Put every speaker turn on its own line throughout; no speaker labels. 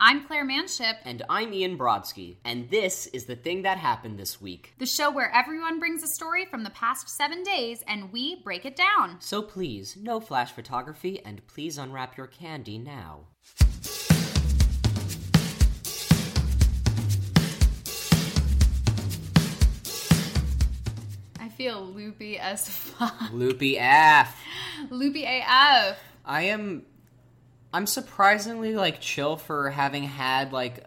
I'm Claire Manship,
And I'm Ian Brodsky, and this is the thing that happened this week.
the show where everyone brings a story from the past seven days and we break it down.
So please, no flash photography, and please unwrap your candy now.
I feel loopy as fuck.
Loopy F.
Loopy AF.
I am. I'm surprisingly like chill for having had like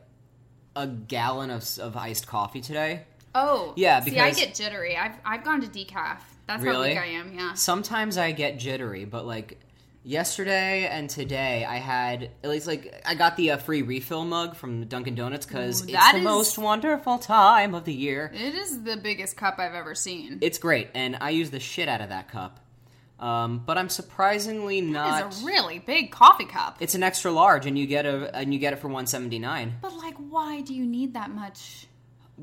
a gallon of, s- of iced coffee today.
Oh.
Yeah,
See, I
because-
get jittery. I've, I've gone to decaf. That's
Really?
how weak I am, yeah.
Sometimes I get jittery, but like yesterday and today, I had at least like I got the uh, free refill mug from Dunkin' Donuts because
Ooh,
it's
that
the
is-
most wonderful time of the year.
It is the biggest cup I've ever seen.
It's great, and I use the shit out of that cup. Um, but I'm surprisingly not.
It's a really big coffee cup.
it's an extra large, and you get a and you get it for 179.
But, like, why do you need that much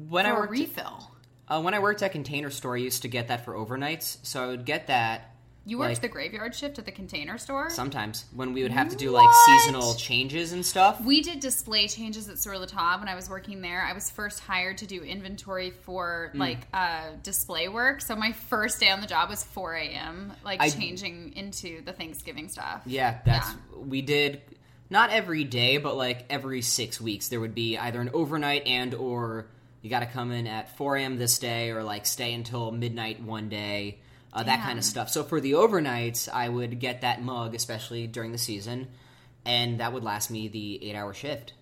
When
for
I
a
worked
refill?
uh, when I worked at Container Store, I used to get that for overnights. So I would get that
You worked
like-
the graveyard shift at the container store?
sometimes when we would have to do like
What?
seasonal changes and stuff.
We did display changes at Sur La Table when I was working there. I was first hired to do inventory for
Mm.
like uh, display work. So my first day on the job was 4 a.m. Like
I-
changing into the Thanksgiving stuff.
Yeah, that's we did not every day, but like every six weeks there would be either an overnight and or you got to come in at 4 a.m. this day or like stay until midnight one day, uh, that kind
Damn.
of stuff. So for the overnights, I would get that mug, especially during the season, and that would last me the eight-hour shift.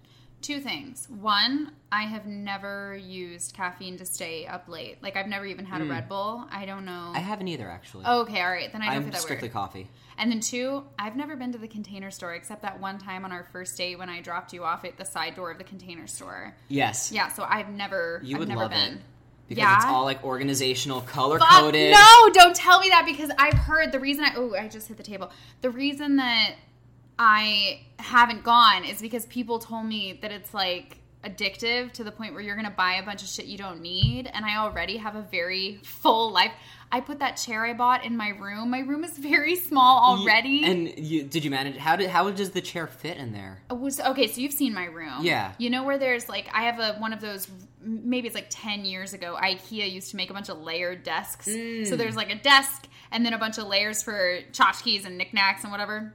Two things. One, I have never used caffeine to stay up late. Like I've never even had a Red Bull. I don't know.
Mm. I haven't either actually.
okay, all right. Then Oh, I don't
I'm
feel that
strictly
weird.
coffee.
And then two, I've never been to the container store except that one time on our first date when I dropped you off at the side door of the container store.
Yes.
Yeah, so I've never.
You
I've
would
never
love
been.
it. Because
Yeah.
it's all like organizational, color
Fuck,
coded.
No, don't tell me that because I've heard the reason I oh I just hit the table. The reason that I haven't gone is because people told me that it's like addictive to the point where you're gonna buy a bunch of shit you don't need, and I already have a very full life. I put that chair I bought in my room. My room is very small already.
And you, did you manage? How did? How does the chair fit in there?
It was okay so you've seen my room
Yeah.
you know where there's like i have a one of those maybe it's like 10 years ago ikea used to make a bunch of layered desks
Mm.
so there's like a desk and then a bunch of layers for tchotchkes and knickknacks and whatever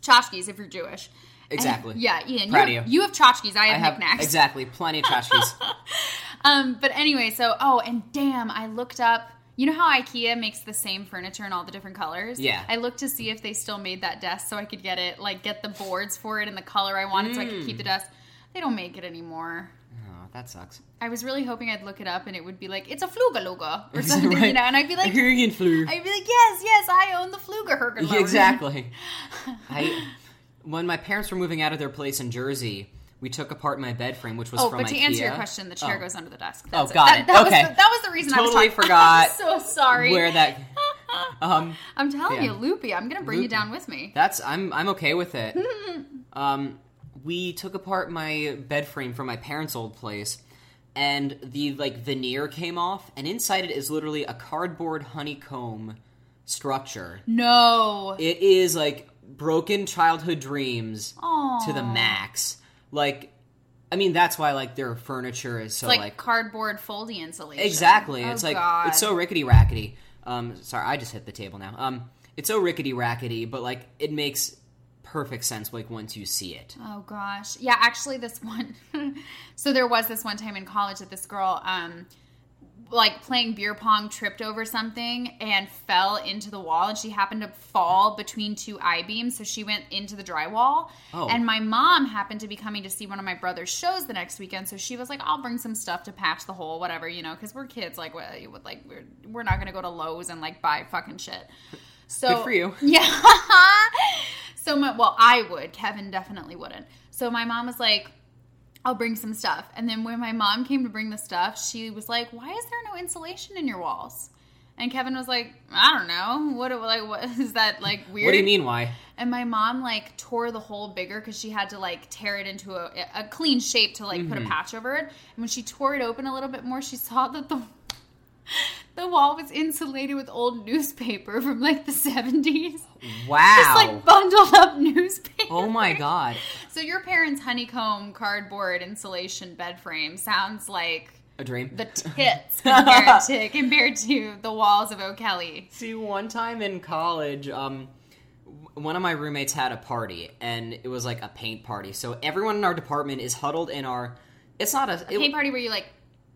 tchotchkes if you're jewish And-
Exactly.
yeah ian
Proud
you,
of you.
you have tchotchkes i
I
have,
have
knickknacks
exactly plenty of tchotchkes.
um but anyway so oh and damn i looked up you know how ikea makes the same furniture in all the different colors
Yeah.
i looked to see if they still made that desk so i could get it like get the boards for it and the color i wanted so i could keep
Mm.
the desk they don't make it anymore
oh, that sucks.
i was really hoping i'd look it up and it would be like it's a flugaluga or something you
Right.
know and i'd be like
Hurricane flu.
i'd be like yes yes i own the flugaluga
Yeah, exactly. I when my parents were moving out of their place in Jersey, we took apart my bed frame, which was
Oh,
from
but to answer your
IKEA.
question, the chair
Oh,
goes under the desk.
Oh,
That's
got
That-
it.
That, was
Okay.
the, that was the reason I
Totally
was talking.
forgot
I'm so sorry.
Where that? Um,
I'm telling you,
Yeah.
loopy. I'm gonna bring you
Loopy.
down with me.
that's I'm I'm okay with it. um, we took apart my bed frame from my parents' old place. And the like veneer came off, and inside it is literally a cardboard honeycomb structure.
No.
It is like broken childhood dreams
Aw.
to the max. Like, I mean, that's why like their furniture is so
It's like,
like,
cardboard folding insulation.
exactly.
Oh,
it's like
God.
it's so rickety rackety. Um, sorry, I just hit the table now. Um, it's so rickety rackety, but like it makes perfect sense. Like once you see it,
Oh gosh. Yeah, actually this one so there was this one time in college that this girl um like playing beer pong tripped over something and fell into the wall and she happened to fall between two I-beams so she went into the drywall
Oh.
and my mom happened to be coming to see one of my brother's shows the next weekend so she was like I'll bring some stuff to patch the hole whatever you know cuz we're kids like what what- like we're we're not going to go to Lowe's and like buy fucking shit. So
Good for you.
Yeah. so my well, I would. Kevin definitely wouldn't. So my mom was like, I'll bring some stuff. And then when my mom came to bring the stuff, she was like, Why is there no insulation in your walls? And Kevin was like, I don't know. What do- like what is that like weird?
what do you mean? Why?
And my mom like tore the hole bigger because she had to like tear it into a, a clean shape to like put
Mm-hmm.
a patch over it. And when she tore it open a little bit more, she saw that the the wall was insulated with old newspaper from like the seventies.
Wow.
Just like bundled up newspaper.
Oh my god.
So your parents' honeycomb cardboard insulation bed frame sounds like
A dream.
the tits compared to compared to the walls of O'Kelly.
See, one time in college, um, w- one of my roommates had a party, and it was like a paint party. So everyone in our department is huddled in our. It's not a. it-
Paint party where you like,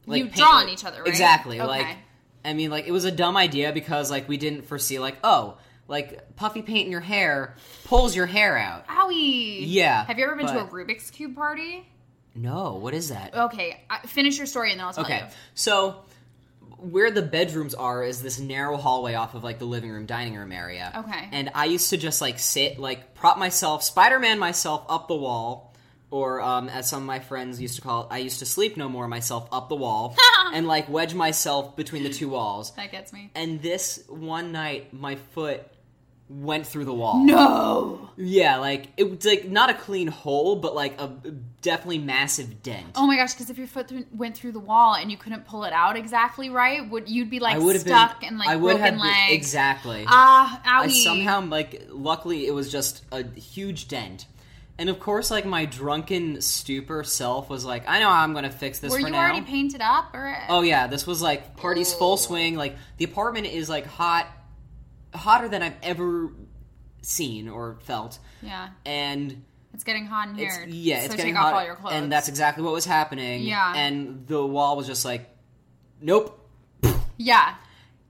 like,
you
paint-
draw on each other, right?
Exactly.
Okay.
Like, I mean, like it was a dumb idea because like we didn't foresee like oh like puffy paint in your hair pulls your hair out.
Owie.
Yeah,
Have you ever been to a
but-
Rubik's cube party?
No, what is that?
Okay, I- finish your story and then I'll tell
Okay,
you.
so where the bedrooms are is this narrow hallway off of like the living room, dining room area.
Okay.
And I used to just like sit, like prop myself, Spider Man myself up the wall, or um, as some of my friends used to call it, I used to sleep no more myself up the wall, and like wedge myself between the two walls.
That gets me.
And this one night, my foot went through the wall.
No.
Yeah, like it was like not a clean hole, but like a definitely massive dent.
Oh my gosh! Because if your foot th- went through the wall and you couldn't pull it out exactly right, would you'd be like
I would have
stuck
been,
and like
I would
broken
have been-
legs?
exactly.
Ah, owie.
I somehow like luckily it was just a huge dent. And of course, like my drunken stupor self was like, I know how I'm gonna fix this
Were
for
you
now.
already Oh. painted up or?
oh yeah, this was like party's full
Ooh.
swing. Like the apartment is like hot, hotter than I've ever seen or felt.
Yeah,
And
it's getting hot in
it's
here.
yeah, it's
so
getting
take
hot,
off all your clothes.
and that's exactly what was happening.
Yeah.
and the wall was just like, nope,
yeah,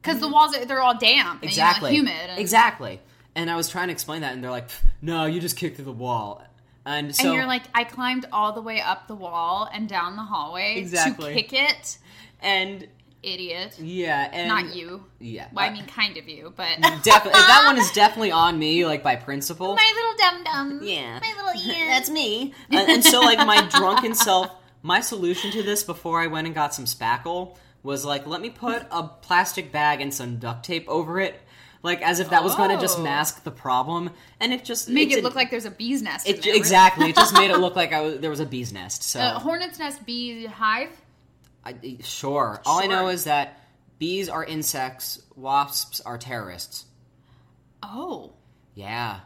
because the walls are, they're all damp.
Exactly.
And, you know, humid. And,
Exactly. And I was trying to explain that, and they're like, "Pff, "No, you just kicked through the wall." And so
and you're like, I climbed all the way up the wall and down the hallway to
Exactly.
kick it,
and
idiot.
yeah, and
Not you.
Yeah,
Well, I
uh,
mean, kind of you, but
defi- that one is definitely on me, like by principle.
my little dum dum.
Yeah.
my little ear.
That's me. Uh, and, and so, like, my drunken self, my solution to this before I went and got some spackle was like, let me put a plastic bag and some duct tape over it, like as if that was going to just
Oh.
mask the problem. And it just
make
it's
it
an-
look like there's a bee's nest. in
It,
there. Uh,
exactly. It just made it look like I was, there was a bee's nest. So
A hornet's nest bee hive.
I, sure. All I
Sure.
know is that bees are insects, wasps are terrorists.
Oh,
Yeah.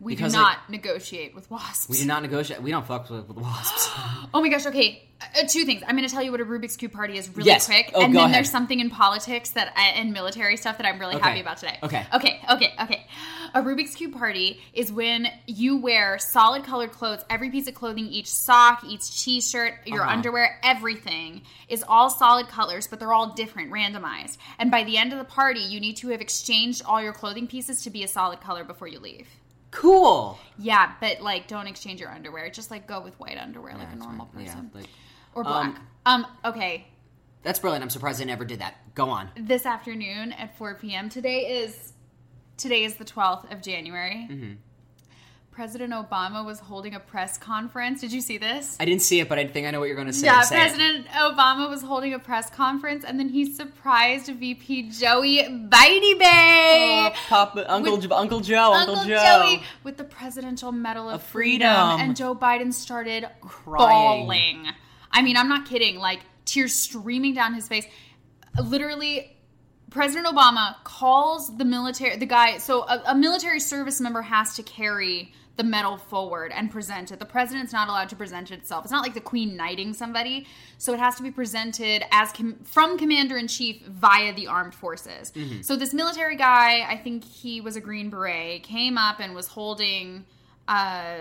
we
Because,
do
like-
not negotiate with wasps.
We do not negotiate. We don't fuck with, with wasps.
Oh my gosh, okay. Uh, two things. I'm going to tell you what a Rubik's Cube party is really
Yes.
quick.
Oh,
and
go
then
ahead.
there's something in politics that I, and military stuff that I'm really
Okay.
happy about today.
Okay.
Okay, okay, okay. A Rubik's Cube party is when you wear solid colored clothes, every piece of clothing, each sock, each t shirt, your
Uh-huh.
underwear, everything is all solid colors, but they're all different, randomized. And by the end of the party, you need to have exchanged all your clothing pieces to be a solid color before you leave.
cool.
Yeah, but like don't exchange your underwear. Just like go with white underwear like a
That's
normal
right.
person.
Yeah, like-
Or
Um,
black. Um, okay.
that's brilliant. I'm surprised I never did that. Go on.
This afternoon at 4 p.m. Today is today is the 12th of January.
Mm-hmm.
President Obama was holding a press conference. Did you see this?
I didn't see it, but I think I know what you're going to say.
Yeah,
Say it.
President Obama was holding a press conference, and then he surprised VP Joey Bidey Bay.
Oh, Papa, Uncle,
With-
Jo- Uncle Joe, Oh, Uncle,
Uncle
Joe.
Joey with the Presidential Medal of,
Of
freedom.
freedom.
and Joe Biden started
Crying.
bawling. I mean, I'm not kidding. Like tears streaming down his face. Literally, President Obama calls the military. The guy, so a, a military service member has to carry the medal forward and present it. The president's not allowed to present it itself. It's not like the queen knighting somebody, so it has to be presented as com- from commander in chief via the armed forces. So this military guy, I think he was a green beret, came up and was holding uh,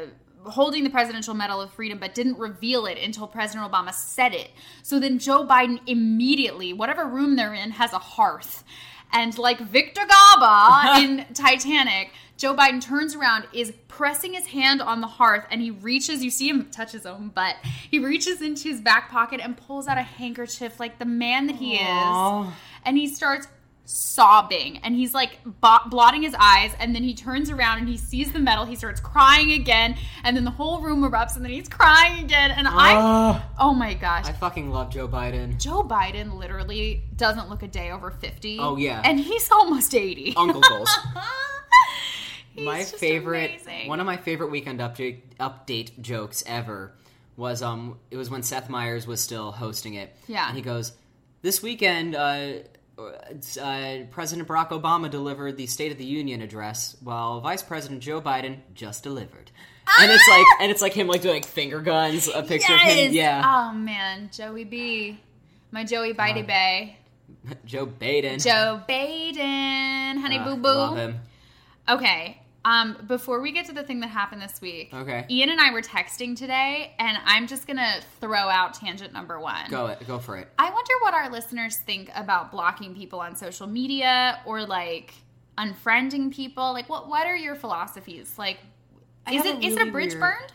holding the Presidential Medal of Freedom, but didn't reveal it until President Obama said it. So then Joe Biden immediately, whatever room they're in, has a hearth. And like Victor Gaba in Titanic, Joe Biden turns around, is pressing his hand on the hearth, and he reaches, you see him touch his own butt. He reaches into his back pocket and pulls out a handkerchief like the man that he is
Aw.
and he starts sobbing and he's like bo- blotting his eyes and then he turns around and he sees the medal he starts crying again and then the whole room erupts and then he's crying again and i
Ah,
oh my gosh
I fucking love Joe Biden.
joe biden literally doesn't look a day over 50
Oh, yeah.
and he's almost 80
Uncle goals.
He's
my
just
favorite
amazing.
one of my favorite weekend update update jokes ever was um it was when Seth Meyers was still hosting it.
Yeah.
And he goes, This weekend, uh uh, President Barack Obama delivered the State of the Union address, while Vice President Joe Biden just delivered. And it's
Ah!
like, and it's like him like doing like finger guns, a picture of him. Yeah,
Oh man, Joey B, my Joey Bitey Bay,
Joe Biden.
Ah. Joe Baden, honey
Ah,
boo boo.
Love him.
Okay. Um, before we get to the thing that happened this week,
Okay.
Ian and I were texting today, and I'm just gonna throw out tangent number one.
Go it. Go for it.
I wonder what our listeners think about blocking people on social media or like unfriending people. Like, what what are your philosophies? Like,
I
is
have
it is it
a really
a bridge
weird-
burned?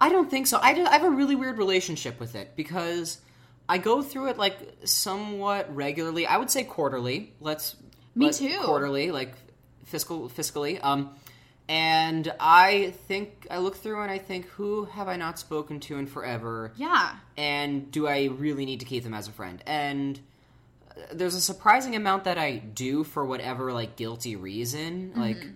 I don't think so. I, do- I have a really weird relationship with it because I go through it like somewhat regularly. I would say quarterly. Let's
Me
let-
too.
Quarterly, like fiscal fiscally. Um, and I think I look through and I think, who have I not spoken to in forever?
Yeah.
and do I really need to keep them as a friend? And uh, there's a surprising amount that I do for whatever like guilty reason.
Mm-hmm.
Like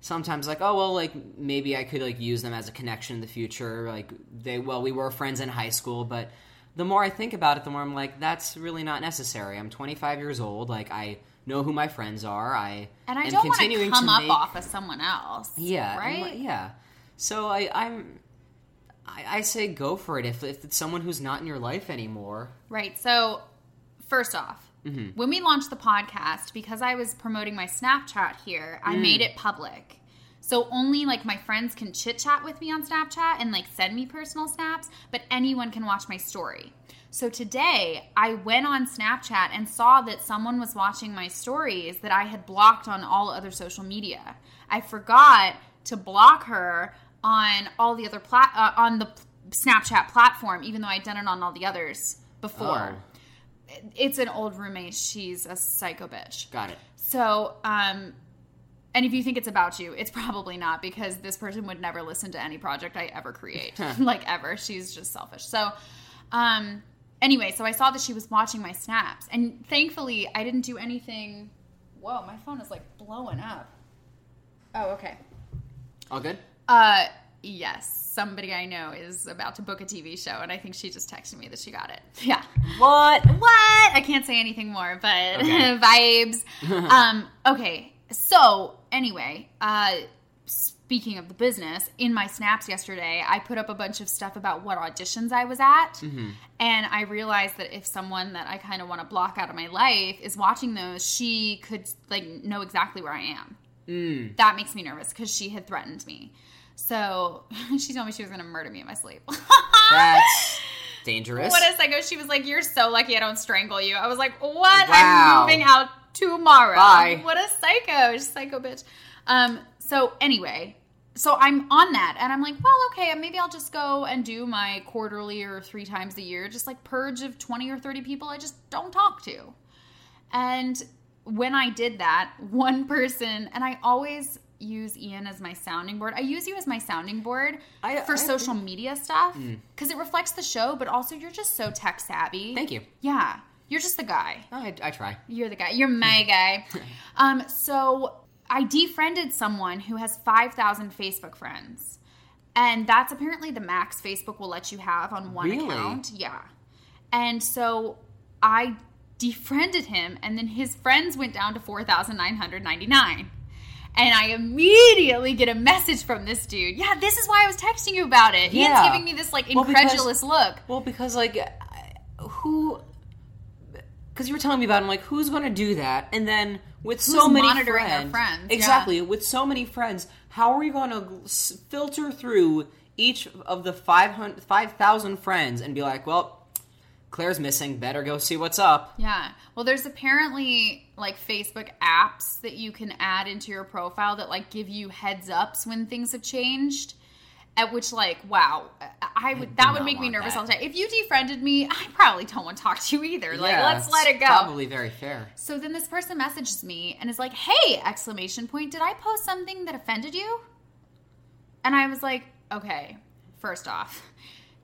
sometimes like oh well like maybe I could like use them as a connection in the future. Like they well we were friends in high school, but the more I think about it, the more I'm like that's really not necessary. I'm 25 years old. Like I know who my friends are. I
And I
am
don't want to
continuing
come up
make-
off of someone else.
yeah. and
Right?
li- yeah. So I, I'm. I, I say go for it if, if it's someone who's not in your life anymore.
Right. So, first off, when we launched the podcast, because I was promoting my Snapchat here, I made it public. So only like my friends can chit chat with me on Snapchat and like send me personal snaps, but anyone can watch my story. So today I went on Snapchat and saw that someone was watching my stories that I had blocked on all other social media. I forgot to block her on all the other plat uh, on the Snapchat platform, even though I'd done it on all the others before. It's an old roommate. She's a psycho bitch.
Got it.
So, um, and if you think it's about you, it's probably not because this person would never listen to any project I ever create, like ever. She's just selfish. So, um, anyway, so I saw that she was watching my snaps, and thankfully, I didn't do anything. Whoa, my phone is like blowing up. Oh, okay.
All good.
Uh, yes, somebody I know is about to book a TV show, and I think she just texted me that she got it. Yeah.
What?
What? I can't say anything more, but
Okay.
vibes. um, okay. So, anyway, uh, speaking of the business, in my snaps yesterday, I put up a bunch of stuff about what auditions I was at. And I realized that if someone that I kind of want to block out of my life is watching those, she could like know exactly where I am. That makes me nervous because she had threatened me. So she told me she was going to murder me in my sleep.
That's dangerous.
What a psycho. She was like, You're so lucky I don't strangle you. I was like, What?
Wow.
I'm moving out tomorrow.
Bye.
What a psycho. Psycho bitch. Um, so anyway, so I'm on that and I'm like, well, okay, maybe I'll just go and do my quarterly or three times a year, just like purge of 20 or 30 people I just don't talk to. And when I did that, one person, and I always use Ian as my sounding board. I use you as my sounding board
I-
for
I
social media stuff
Mm.
because it reflects the show, but also you're just so tech savvy.
Thank you.
Yeah, you're just the guy.
No, I, I try.
You're the guy. You're my guy.
Mm-hmm.
Um, so I defriended someone who has 5,000 Facebook friends. And that's apparently the max Facebook will let you have on one
Really?
account. Yeah. And so I defriended him, and then his friends went down to 4,999. And I immediately get a message from this dude. Yeah, this is why I was texting you about it.
Yeah.
Ian's giving me this like
Well, because-
incredulous look.
Well, because like I- who? Because you were telling me about, it, I'm like, who's going to do that? And then with so
Who's
many
monitoring their
friends,
friends, yeah.
exactly. With so many friends, how are you going to filter through each of the 500 5,000 friends and be like, well, Claire's missing. Better go see what's up.
Yeah. Well, there's apparently like Facebook apps that you can add into your profile that like give you heads ups when things have changed. At which, like, wow, I I would that would
not
make me
want
nervous
that.
all the time. If you defriended me, I probably don't want to talk to you either. Like,
Yeah,
let's
it's
let it go.
Probably very fair.
So then this person messages me and is like, "Hey!" Exclamation point. Did I post something that offended you? And I was like, "Okay, first off."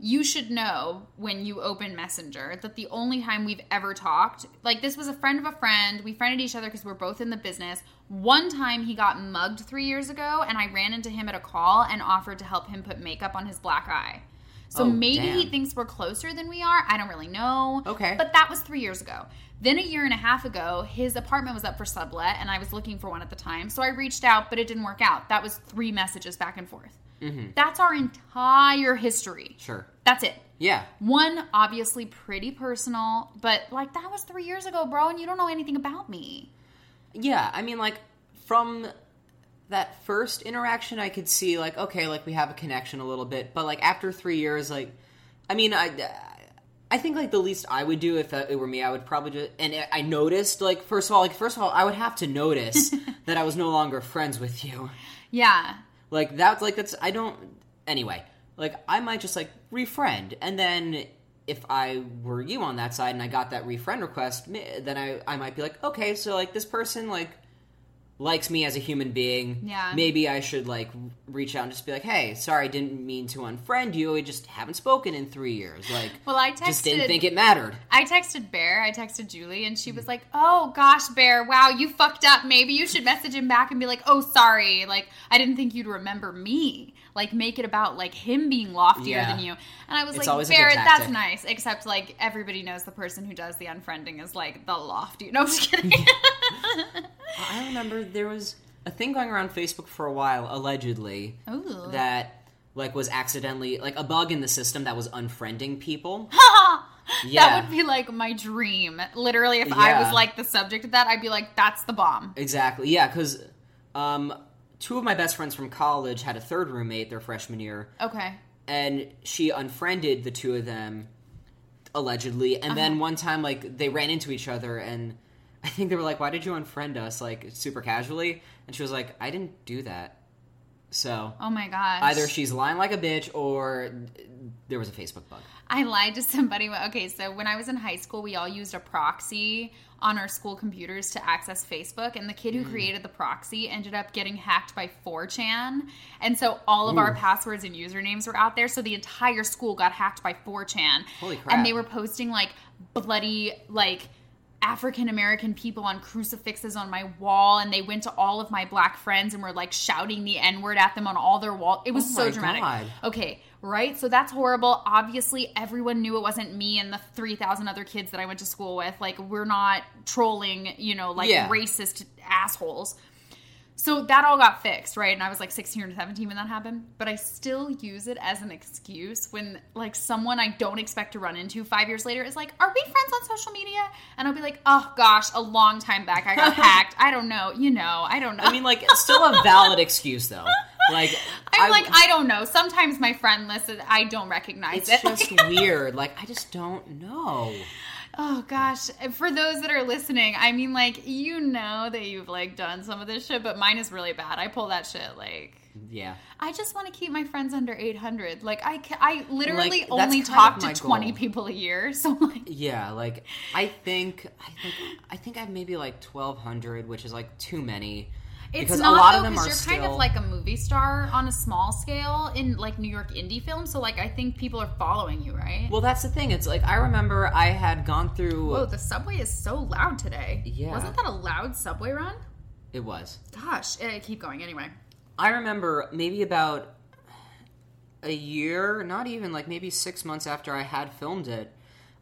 You should know when you open Messenger that the only time we've ever talked, like this was a friend of a friend, we friended each other because we're both in the business. One time he got mugged three years ago, and I ran into him at a call and offered to help him put makeup on his black eye. So
Oh,
maybe he
damn.
thinks we're closer than we are. I don't really know.
Okay.
But that was three years ago. Then a year and a half ago, his apartment was up for sublet, and I was looking for one at the time. So I reached out, but it didn't work out. That was three messages back and forth.
Mm-hmm.
That's our entire history.
Sure.
That's it.
Yeah.
One, obviously pretty personal, but like that was three years ago, bro, and you don't know anything about me.
Yeah, I mean, like, from that first interaction, I could see, like, okay, like, we have a connection a little bit, but, like, after three years, like, I mean, I. I think like the least I would do if uh, it were me, I would probably just and I- I noticed like first of all, like first of all, I would have to notice that I was no longer friends with you.
Yeah.
Like that's like that's I don't anyway. Like I might just like refriend and then if I were you on that side and I got that refriend request, ma- then I I might be like, "Okay, so like this person like likes me as a human being.
Yeah.
Maybe I should like reach out and just be like, "Hey, sorry, I didn't mean to unfriend you. I just haven't spoken in 3 years." Like
Well, I
just didn't
texted-
think it mattered.
I texted Bear, I texted Julie, and she was like, Oh gosh, Bear, wow, you fucked up. Maybe you should message him back and be like, Oh, sorry. Like, I didn't think you'd remember me. Like, make it about like him being loftier
Yeah.
than you. And I was
It's
like,
always a good
Bear, that's
tactic."
nice. Except, like, everybody knows the person who does the unfriending is like the lofty. No, I'm just kidding.
I remember there was a thing going around Facebook for a while allegedly.
Ooh.
that like was accidentally like a bug in the system that was unfriending people.
That
Yeah.
would be like my dream. Literally, if I was
Yeah.
like the subject of that, I'd be like, that's the bomb.
exactly. Yeah, cuz um two of my best friends from college had a third roommate their freshman year
Okay.
and she unfriended the two of them allegedly and
Uh-huh.
then one time like they ran into each other and I think they were like why did you unfriend us like super casually and she was like I didn't do that. So
Oh my gosh.
either she's lying like a bitch or there was a Facebook bug.
I lied to somebody. Okay, so when I was in high school, we all used a proxy on our school computers to access Facebook, and the kid who
Mm.
created the proxy ended up getting hacked by 4chan. And so all of our passwords and usernames were out there, so the entire school got hacked by 4chan.
Holy
And
crap.
they were posting like bloody, like, African American people on crucifixes on my wall, and they went to all of my black friends and were like shouting the N word at them on all their wall. It was
Oh
so
my
dramatic.
God.
Okay, right? So that's horrible. Obviously, everyone knew it wasn't me and the 3,000 other kids that I went to school with. Like, we're not trolling, you know, like
Yeah.
racist assholes. So that all got fixed, right? And I was like 16 or 17 when that happened, but I still use it as an excuse when like someone I don't expect to run into 5 years later is like, "Are we friends on social media?" And I'll be like, "Oh gosh, a long time back I got hacked. I don't know, you know, I don't know."
I mean, like, it's still a valid excuse though. Like,
I'm
I-
like, I don't know. Sometimes my friend lists it, I don't recognize
it's
it.
just weird. Like, I just don't know.
Oh gosh, for those that are listening, I mean, like you know that you've like done some of this shit, but mine is really bad. I pull that shit like
Yeah,
I just want to keep my friends under eight hundred. Like I, ca- I literally
Like, that's
only
kind
talk
of
to
my
twenty
goal.
people a year, so like
yeah. Like, I think, I think, I think I'm maybe like twelve hundred, which is like too many.
it's
because
not
a lot
though
of them
because
are
you're
still.
kind of like a movie star on a small scale in like New York indie film. So like I think people are following you, right?
well, that's the thing. It's like I remember I had gone through.
Whoa, the subway is so loud today.
Yeah.
wasn't that a loud subway run?
It was.
Gosh, eh, keep going anyway.
I remember maybe about a year, not even like maybe six months after I had filmed it,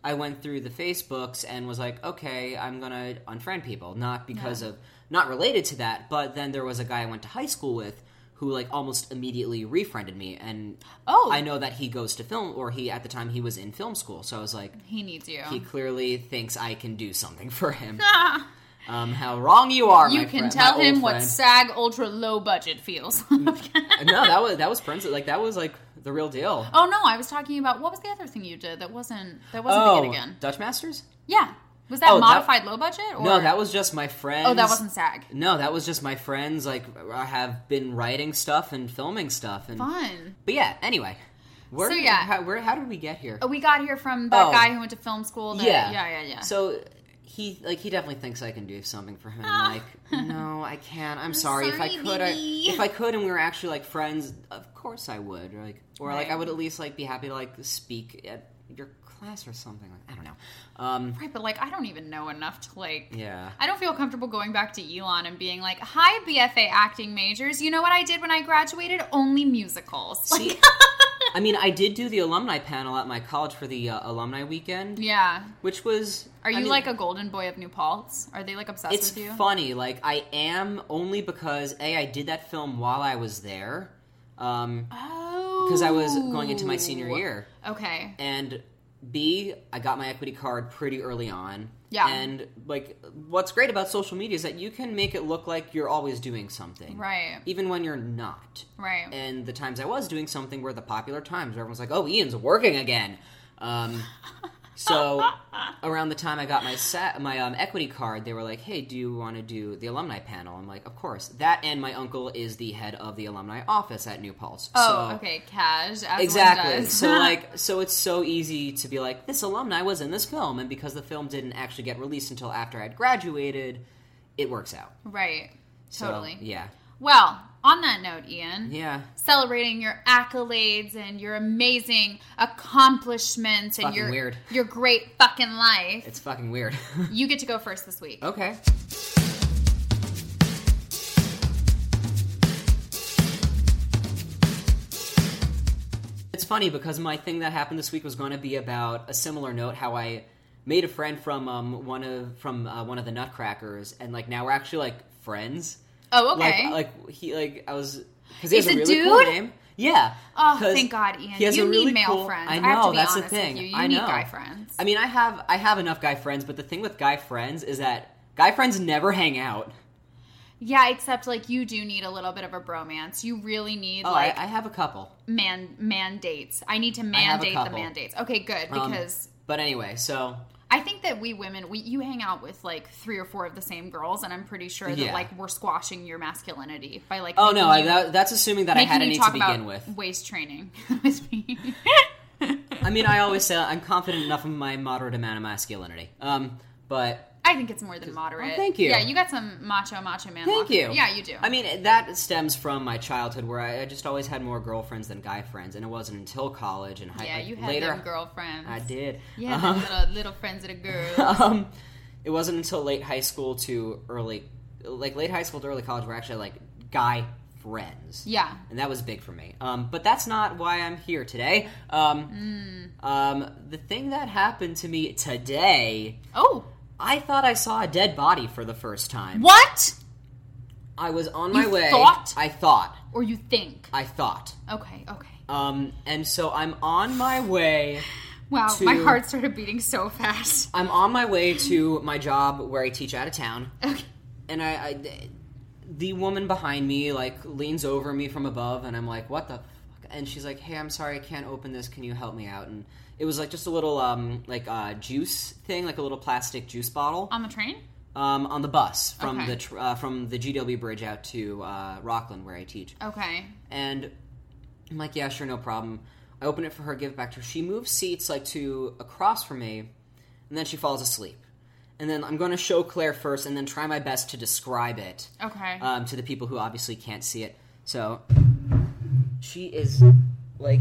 I went through the Facebooks and was like, okay, I'm gonna unfriend people, not because of not related to that, but then there was a guy I went to high school with who like almost immediately refriended me, and
Oh.
I know that he goes to film, or he at the time he was in film school, so I was like,
He needs you.
he clearly thinks I can do something for him.
Ah.
um, how wrong you are!
You
my
can
friend- my
tell
old
him what
friend.
SAG ultra low budget feels. oh
no, that was that was Prince. Like that was like the real deal.
no, I was talking about what was the other thing you did that wasn't that wasn't the kid again.
Dutch Masters?
Yeah, was that
Oh, that-
modified low budget? Or?
No, that was just my friends.
oh that wasn't SAG.
No, that was just my friends. Like I have been writing stuff and filming stuff, and
Fun.
but yeah. Anyway, where,
So, yeah.
how, where how did we get here?
Oh, We got here from that
Oh.
guy who went to film school. That, yeah, yeah, yeah, yeah.
So he like he definitely thinks I can do something for him. Like no, I can't. I'm sorry. If I
Ah. sorry,
could, I,
baby.
if I could, and we were actually like friends, of course I would. Or like or like
Right.
I would at least like be happy to like speak at your class or something. Like I don't know. Um,
right, but like I don't even know enough to like.
yeah.
I don't feel comfortable going back to Elon and being like, "Hi, BFA acting majors. You know what I did when I graduated? Only musicals." Like,
See, I mean, I did do the alumni panel at my college for the uh, alumni weekend,
Yeah.
which was.
Are
I
you
mean,
like a golden boy of New Paltz? Are they like obsessed
It's
with you?
funny. Like I am only because a I did that film while I was there, um,
Oh.
because I was going into my senior year,
Okay.
and b I got my equity card pretty early on.
Yeah.
And like, what's great about social media is that you can make it look like you're always doing something,
Right.
Even when you're not.
Right.
And the times I was doing something were the popular times where everyone's like, "Oh, Ian's working again." Um, so around the time I got my sa my um, equity card, they were like, "Hey, do you want to do the alumni panel?" I'm like, "Of course." That and my uncle is the head of the alumni office at New Paltz.
oh,
so,
okay. Cash. as one
Exactly.
does.
so like, so it's so easy to be like, "This alumni was in this film," and because the film didn't actually get released until after I'd graduated, it works out.
right.
So,
Totally.
yeah.
Well, on that note, Ian.
Yeah.
Celebrating your accolades and your amazing accomplishments and
fucking
your
weird.
your great fucking life.
It's fucking weird.
you get to go first this week.
okay. It's funny because my thing that happened this week was going to be about a similar note how I made a friend from um, one of from uh, one of the Nutcrackers and like now we're actually like friends.
Oh, okay.
Like, like he like I was because he has
He's a
a really cool
dude?
name. Yeah.
Oh,
'cause
thank God, Ian.
He has
you
a really
need male
cool-
friends.
I know
have to be
that's the
honest with
thing.
You, you
I
need
know.
guy friends.
I mean, I have I have enough guy friends, but the thing with guy friends is that guy friends never hang out.
yeah, except like you do need a little bit of a bromance. You really need
Oh,
like
I, I have a couple.
man mandates. I need to
have a
mandate the
couple.
mandates. Okay, good
Um,
because
but anyway, so
I think that we women we you hang out with like three or four of the same girls, and I'm pretty sure that
Yeah.
like we're squashing your masculinity by like
oh
making
no, I,
you-
that, that's assuming that I
making
had
you
any to
talk
begin
about
with.
waist training with me.
I mean, I always say I'm confident enough in my moderate amount of masculinity. Um, but
I think it's more than moderate.
oh, thank you.
Yeah, you got some macho macho man.
Thank
lock-
you.
Yeah, you do.
I mean, that stems from my childhood where I, I just always had more girlfriends than guy friends, and it wasn't until college and high
yeah, you had
later.
them girlfriends.
I did.
Yeah,
Um,
them little, little friends of the girl.
um, it wasn't until late high school to early, like late high school to early college, where I actually had, like guy friends.
Yeah.
and that was big for me. Um, but that's not why I'm here today. Um,
Hmm.
um, the thing that happened to me today,
Oh,
I thought I saw a dead body for the first time.
what?
I was on my
You
way.
thought?
I thought.
Or you think?
I thought.
Okay, okay.
Um, and so I'm on my way.
Wow,
To-
my heart started beating so fast.
I'm on my way to my job where I teach out of town.
Okay.
and I, I the woman behind me like leans over me from above and i'm like what the fuck and she's like hey i'm sorry i can't open this can you help me out and it was like just a little um like uh juice thing like a little plastic juice bottle
On the train?
um on the bus from
Okay.
the tr- uh, from the gw bridge out to uh rockland where i teach
Okay.
and I'm like, yeah, sure, no problem. I open it for her, give it back to her. She moves seats like to across from me, and then she falls asleep. And then I'm going to show Claire first, and then try my best to describe it
Okay.
um, to the people who obviously can't see it. So she is like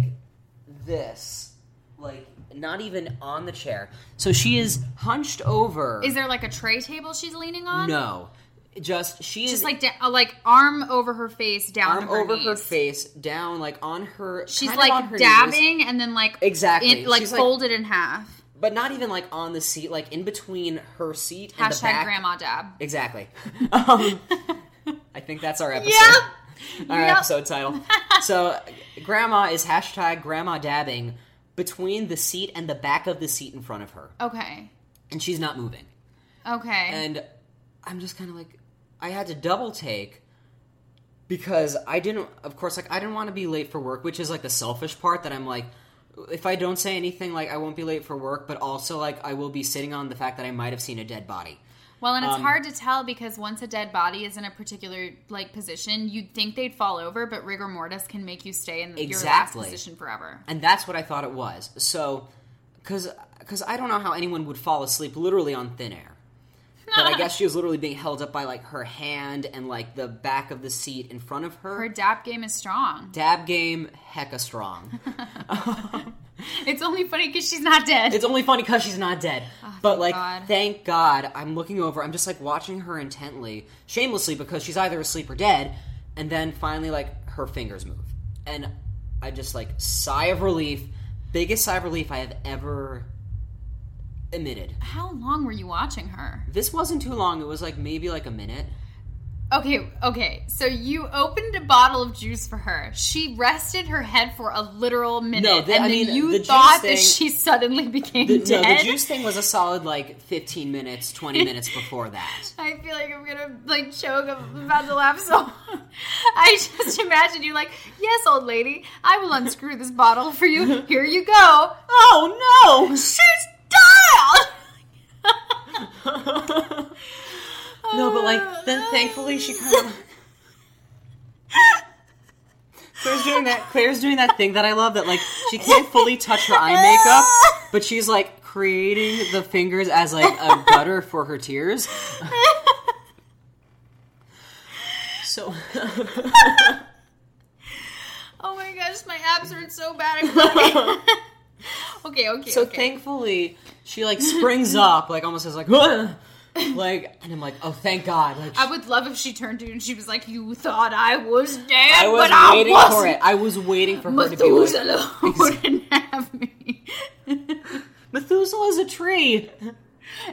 this, like not even on the chair. So she is hunched over.
Is there like a tray table she's leaning on?
no, just she is
Just like da- uh, like arm over her face, down
arm
to her
over her
knees.
face, down like on her.
She's
kind of on
like
her knees.
dabbing and then like
Exactly.
in, like
She's, like-
folded in half.
but not even like on the seat, like in between her seat and the
Hashtag
back.
grandma dab.
Exactly. um, I think that's our episode. Our
Yep.
episode title. so, grandma is hashtag grandma dabbing between the seat and the back of the seat in front of her,
Okay.
and she's not moving.
Okay.
And I'm just kind of like, I had to double take because I didn't, of course, like I didn't want to be late for work, which is like the selfish part that I'm like, if I don't say anything, like I won't be late for work, but also like I will be sitting on the fact that I might have seen a dead body.
Well, and it's
Um,
hard to tell because once a dead body is in a particular like position, you'd think they'd fall over, but rigor mortis can make you stay in your
Exactly.
last position forever.
And that's what I thought it was. So, because I don't know how anyone would fall asleep literally on thin air. But I guess she was literally being held up by like her hand and like the back of the seat in front of her.
Her dap game is strong.
Dab game, hecka strong.
It's only funny because she's not dead.
It's only funny because she's not dead. but like,
God.
thank God, I'm looking over. I'm just like watching her intently, shamelessly, because she's either asleep or dead. And then finally, like her fingers move, and I just like sigh of relief, biggest sigh of relief I have ever emitted.
How long were you watching her?
This wasn't too long. It was like maybe like a minute.
Okay, okay. So you opened a bottle of juice for her. She rested her head for a literal minute,
No, the-
and
I
then
mean,
you
the juice
thought
thing-
that she suddenly became
The, no,
dead.
the juice thing was a solid like 15 minutes, 20 minutes before that.
I feel like I'm gonna like choke. I'm about to laugh so. hard. I just imagine you like, yes, old lady, I will unscrew this bottle for you. Here you go.
Oh no!
She's dialed.
No, but like then thankfully she kind of Claire's doing that Claire's doing that thing that I love that like she can't fully touch her eye makeup, but she's like creating the fingers as like a gutter for her tears. So
oh my gosh, my abs hurt so bad. I'm crying. okay, okay.
so
okay.
thankfully she like springs up like almost as like "Ugh," like and I'm like oh thank God like
I would love if she turned to you and she was like, "You thought I was dead,
I was
but I
waiting
wasn't.
for it I was waiting for her to be like,
Methuselah wouldn't have me."
Methuselah's a tree.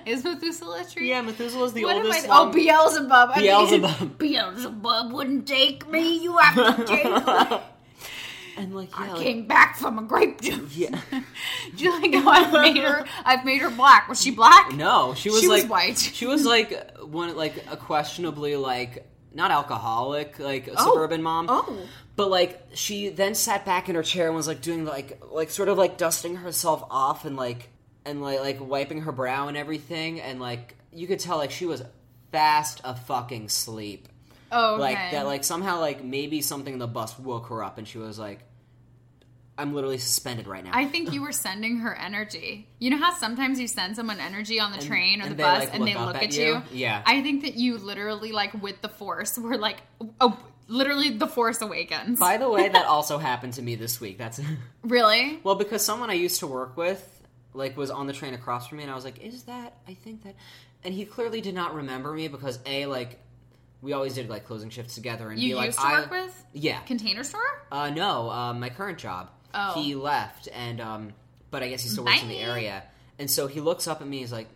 Is Methuselah a tree?
Yeah, Methuselah's the
What am
oldest
I? Oh,
one.
Beelzebub. I mean,
Beelzebub.
Beelzebub wouldn't take me. You have to take me.
and like yeah,
I
like-
came back from a grape juice.
yeah.
Do you like how I've made her? I've made her black. Was she black?
No, she was
She was
like
white.
She was like one like a questionably like not alcoholic like
Oh.
suburban mom.
Oh.
But like she then sat back in her chair and was like doing like like sort of like dusting herself off and like and like like wiping her brow and everything and like you could tell like she was fast a fucking sleep.
Oh, okay.
like that like somehow like maybe something in the bus woke her up and she was like i'm literally suspended right now
I think you were sending her energy. You know how sometimes you send someone energy on the train or
and
the
they,
bus
like,
and
look
they
up
look
at
at,
you?
you?
Yeah.
I think that you literally, like, with the force, were like, oh, literally the force awakens.
by the way that also happened to me this week that's
Really?
well because someone i used to work with like was on the train across from me and i was like is that i think that and he clearly did not remember me because a like we always did like closing shifts together and
You
be like
used to
I-
work with?
yeah
Container store?
Uh, no, uh, my current job.
Oh.
He left, and um, but I guess he still works in the
Bye.
area. And so he looks up at me. He's like,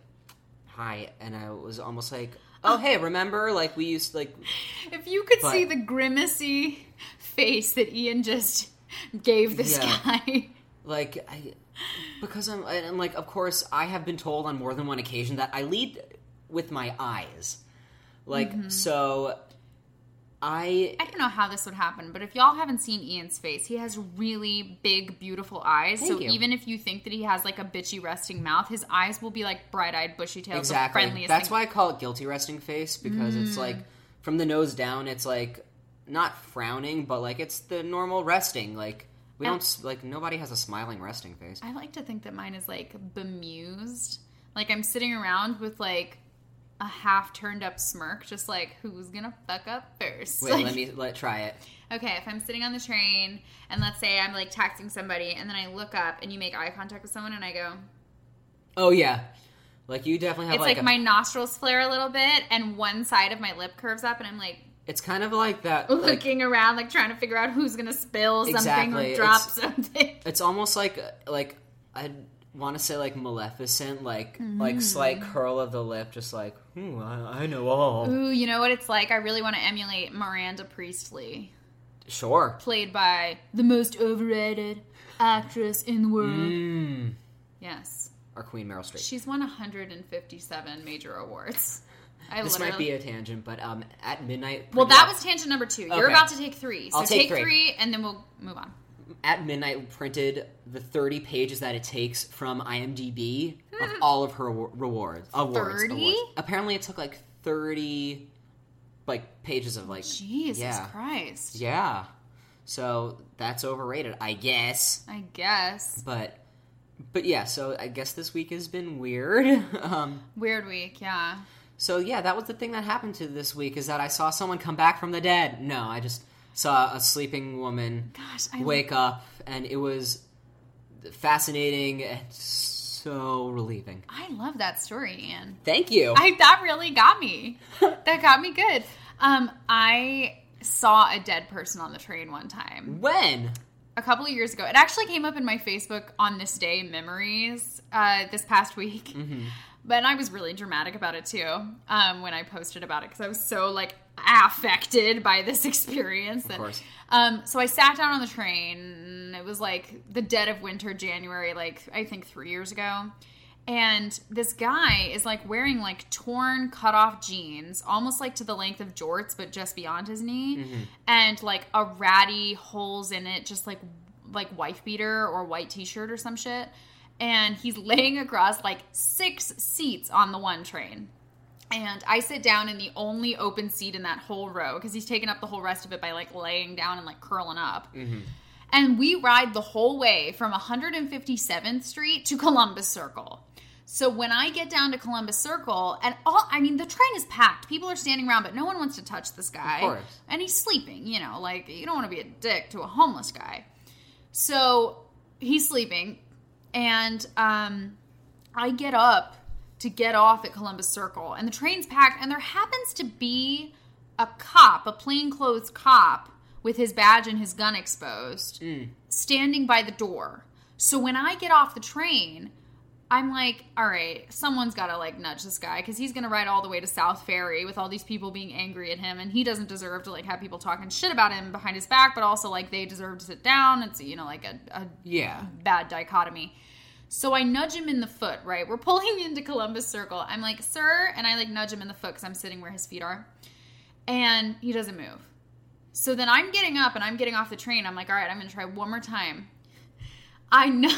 "Hi," and I was almost like, "Oh, hey, remember? Like we used like
If you could
But-
see the grimacy face that Ian just gave this
Yeah.
guy.
like I because I'm and and, like of course I have been told on more than one occasion that I lead with my eyes, like
Mm-hmm.
so." I
I don't know how this would happen, but if y'all haven't seen Ian's face, he has really big, beautiful eyes. so
Thank you.
even if you think that he has like a bitchy resting mouth, his eyes will be like bright eyed, bushy tailed, the
exactly
friendliest
that's
thing. Mm.
why i call it guilty resting face because it's like from the nose down it's like not frowning but like it's the normal resting like we don't s- like nobody has a smiling resting face
I like to think that mine is like bemused. Like I'm sitting around with like a half turned up smirk, just like who's gonna fuck up first?
wait
Like-
let me let try it
okay, if I'm sitting on the train and let's say I'm like texting somebody and then I look up and you make eye contact with someone and I go,
oh yeah like you definitely have
it's like,
a,
my nostrils flare a little bit and one side of my lip curves up and I'm like
it's kind of like that like
looking around, like trying to figure out who's gonna spill something
Exactly,
or drop
it's-
something.
it's almost like like i want to say like maleficent like like
Mm.
slight curl of the lip just like hmm, I, I know all
Ooh, you know what it's like? I really want to emulate Miranda Priestley,
sure
played by the most overrated actress in the world.
mm.
Yes,
or queen meryl streep
she's won 157 major awards. I
This
literally.
might be a tangent, but um, at midnight.
well,
pretty
that
much-
was tangent number two. You're
Okay.
about to take three, so
I'll take three.
three, and then we'll move on.
at midnight. Printed the thirty pages that it takes from IMDb of
Hmm.
all of her awar- rewards. Awards.
30?
awards. Apparently, it took like thirty, like pages of like.
Jesus
Yeah.
Christ!
Yeah. So that's overrated, I guess.
I guess.
But, but yeah. So I guess this week has been weird. um.
Weird week, yeah.
So yeah, that was the thing that happened to this week is that I saw someone come back from the dead. No, I just saw a sleeping woman
Gosh, I-
wake up, and it was fascinating and so relieving.
I love that story, Anne.
Thank you.
I that really got me. that got me good. Um, I saw a dead person on the train one time.
when?
a couple of years ago. It actually came up in my Facebook on this day memories uh, this past week. But I was really dramatic about it too um, when I posted about it because I was so like affected by this experience. Of
course.
Um, so I sat down on the train. and It was like the dead of winter, January, like I think three years ago. And this guy is like wearing like torn, cut off jeans, almost like to the length of jorts, but just beyond his knee, and like a ratty holes in it, just like like wife beater or white t shirt or some shit. And he's laying across like six seats on the one train. And I sit down in the only open seat in that whole row because he's taken up the whole rest of it by like laying down and like curling up. And we ride the whole way from 157th Street to Columbus Circle. So when I get down to Columbus Circle, and all I mean, the train is packed. People are standing around, but no one wants to touch this guy.
course.
And he's sleeping, you know, like you don't want to be a dick to a homeless guy. So he's sleeping, and um, I get up to get off at Columbus Circle, and the train's packed, and there happens to be a cop, a plainclothes cop, with his badge and his gun exposed, standing by the door. So when I get off the train, I'm like, all right, someone's got to like nudge this guy because he's going to ride all the way to South Ferry with all these people being angry at him, and he doesn't deserve to like have people talking shit about him behind his back, but also like they deserve to sit down. It's you know like a, a
Yeah.
bad dichotomy. So I nudge him in the foot, right? We're pulling into Columbus Circle. I'm like, sir, and I like nudge him in the foot because I'm sitting where his feet are. And he doesn't move. So then I'm getting up and I'm getting off the train. I'm like, all right, I'm gonna try one more time. I nu-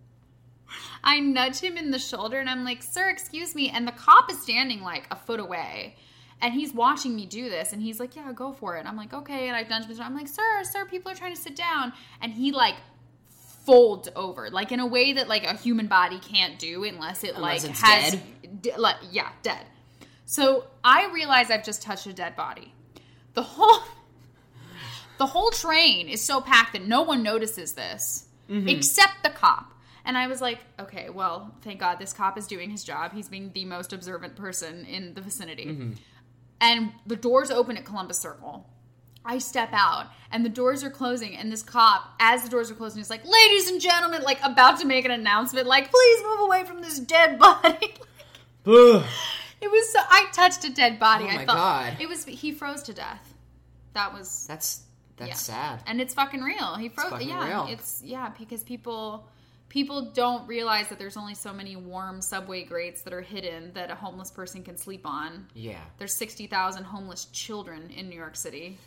I nudge him in the shoulder and I'm like, sir, excuse me. And the cop is standing like a foot away. And he's watching me do this, and he's like, "Yeah, go for it." I'm like, "Okay," and I nudge him. I'm like, "Sir, sir, people are trying to sit down," and he like folds over, like in a way that like a human body can't do unless it
Unless
like
it's
has, d- like, yeah, dead. So I realize I've just touched a dead body. The whole the whole train is so packed that no one notices this
Mm-hmm.
except the cop. And I was like, okay, well, thank God this cop is doing his job. He's being the most observant person in the vicinity.
Mm-hmm.
And the doors open at Columbus Circle. I step out and the doors are closing, and this cop, as the doors are closing, is like, ladies and gentlemen, like about to make an announcement, like, please move away from this dead body. it was so I touched a dead body.
Oh
I
my
felt
God.
it was he froze to death. That was
That's that's
yeah.
sad.
And it's fucking real. He froze.
fucking
yeah,
real.
it's yeah because people people don't realize that there's only so many warm subway grates that are hidden that a homeless person can sleep on.
Yeah.
There's sixty thousand homeless children in New York City.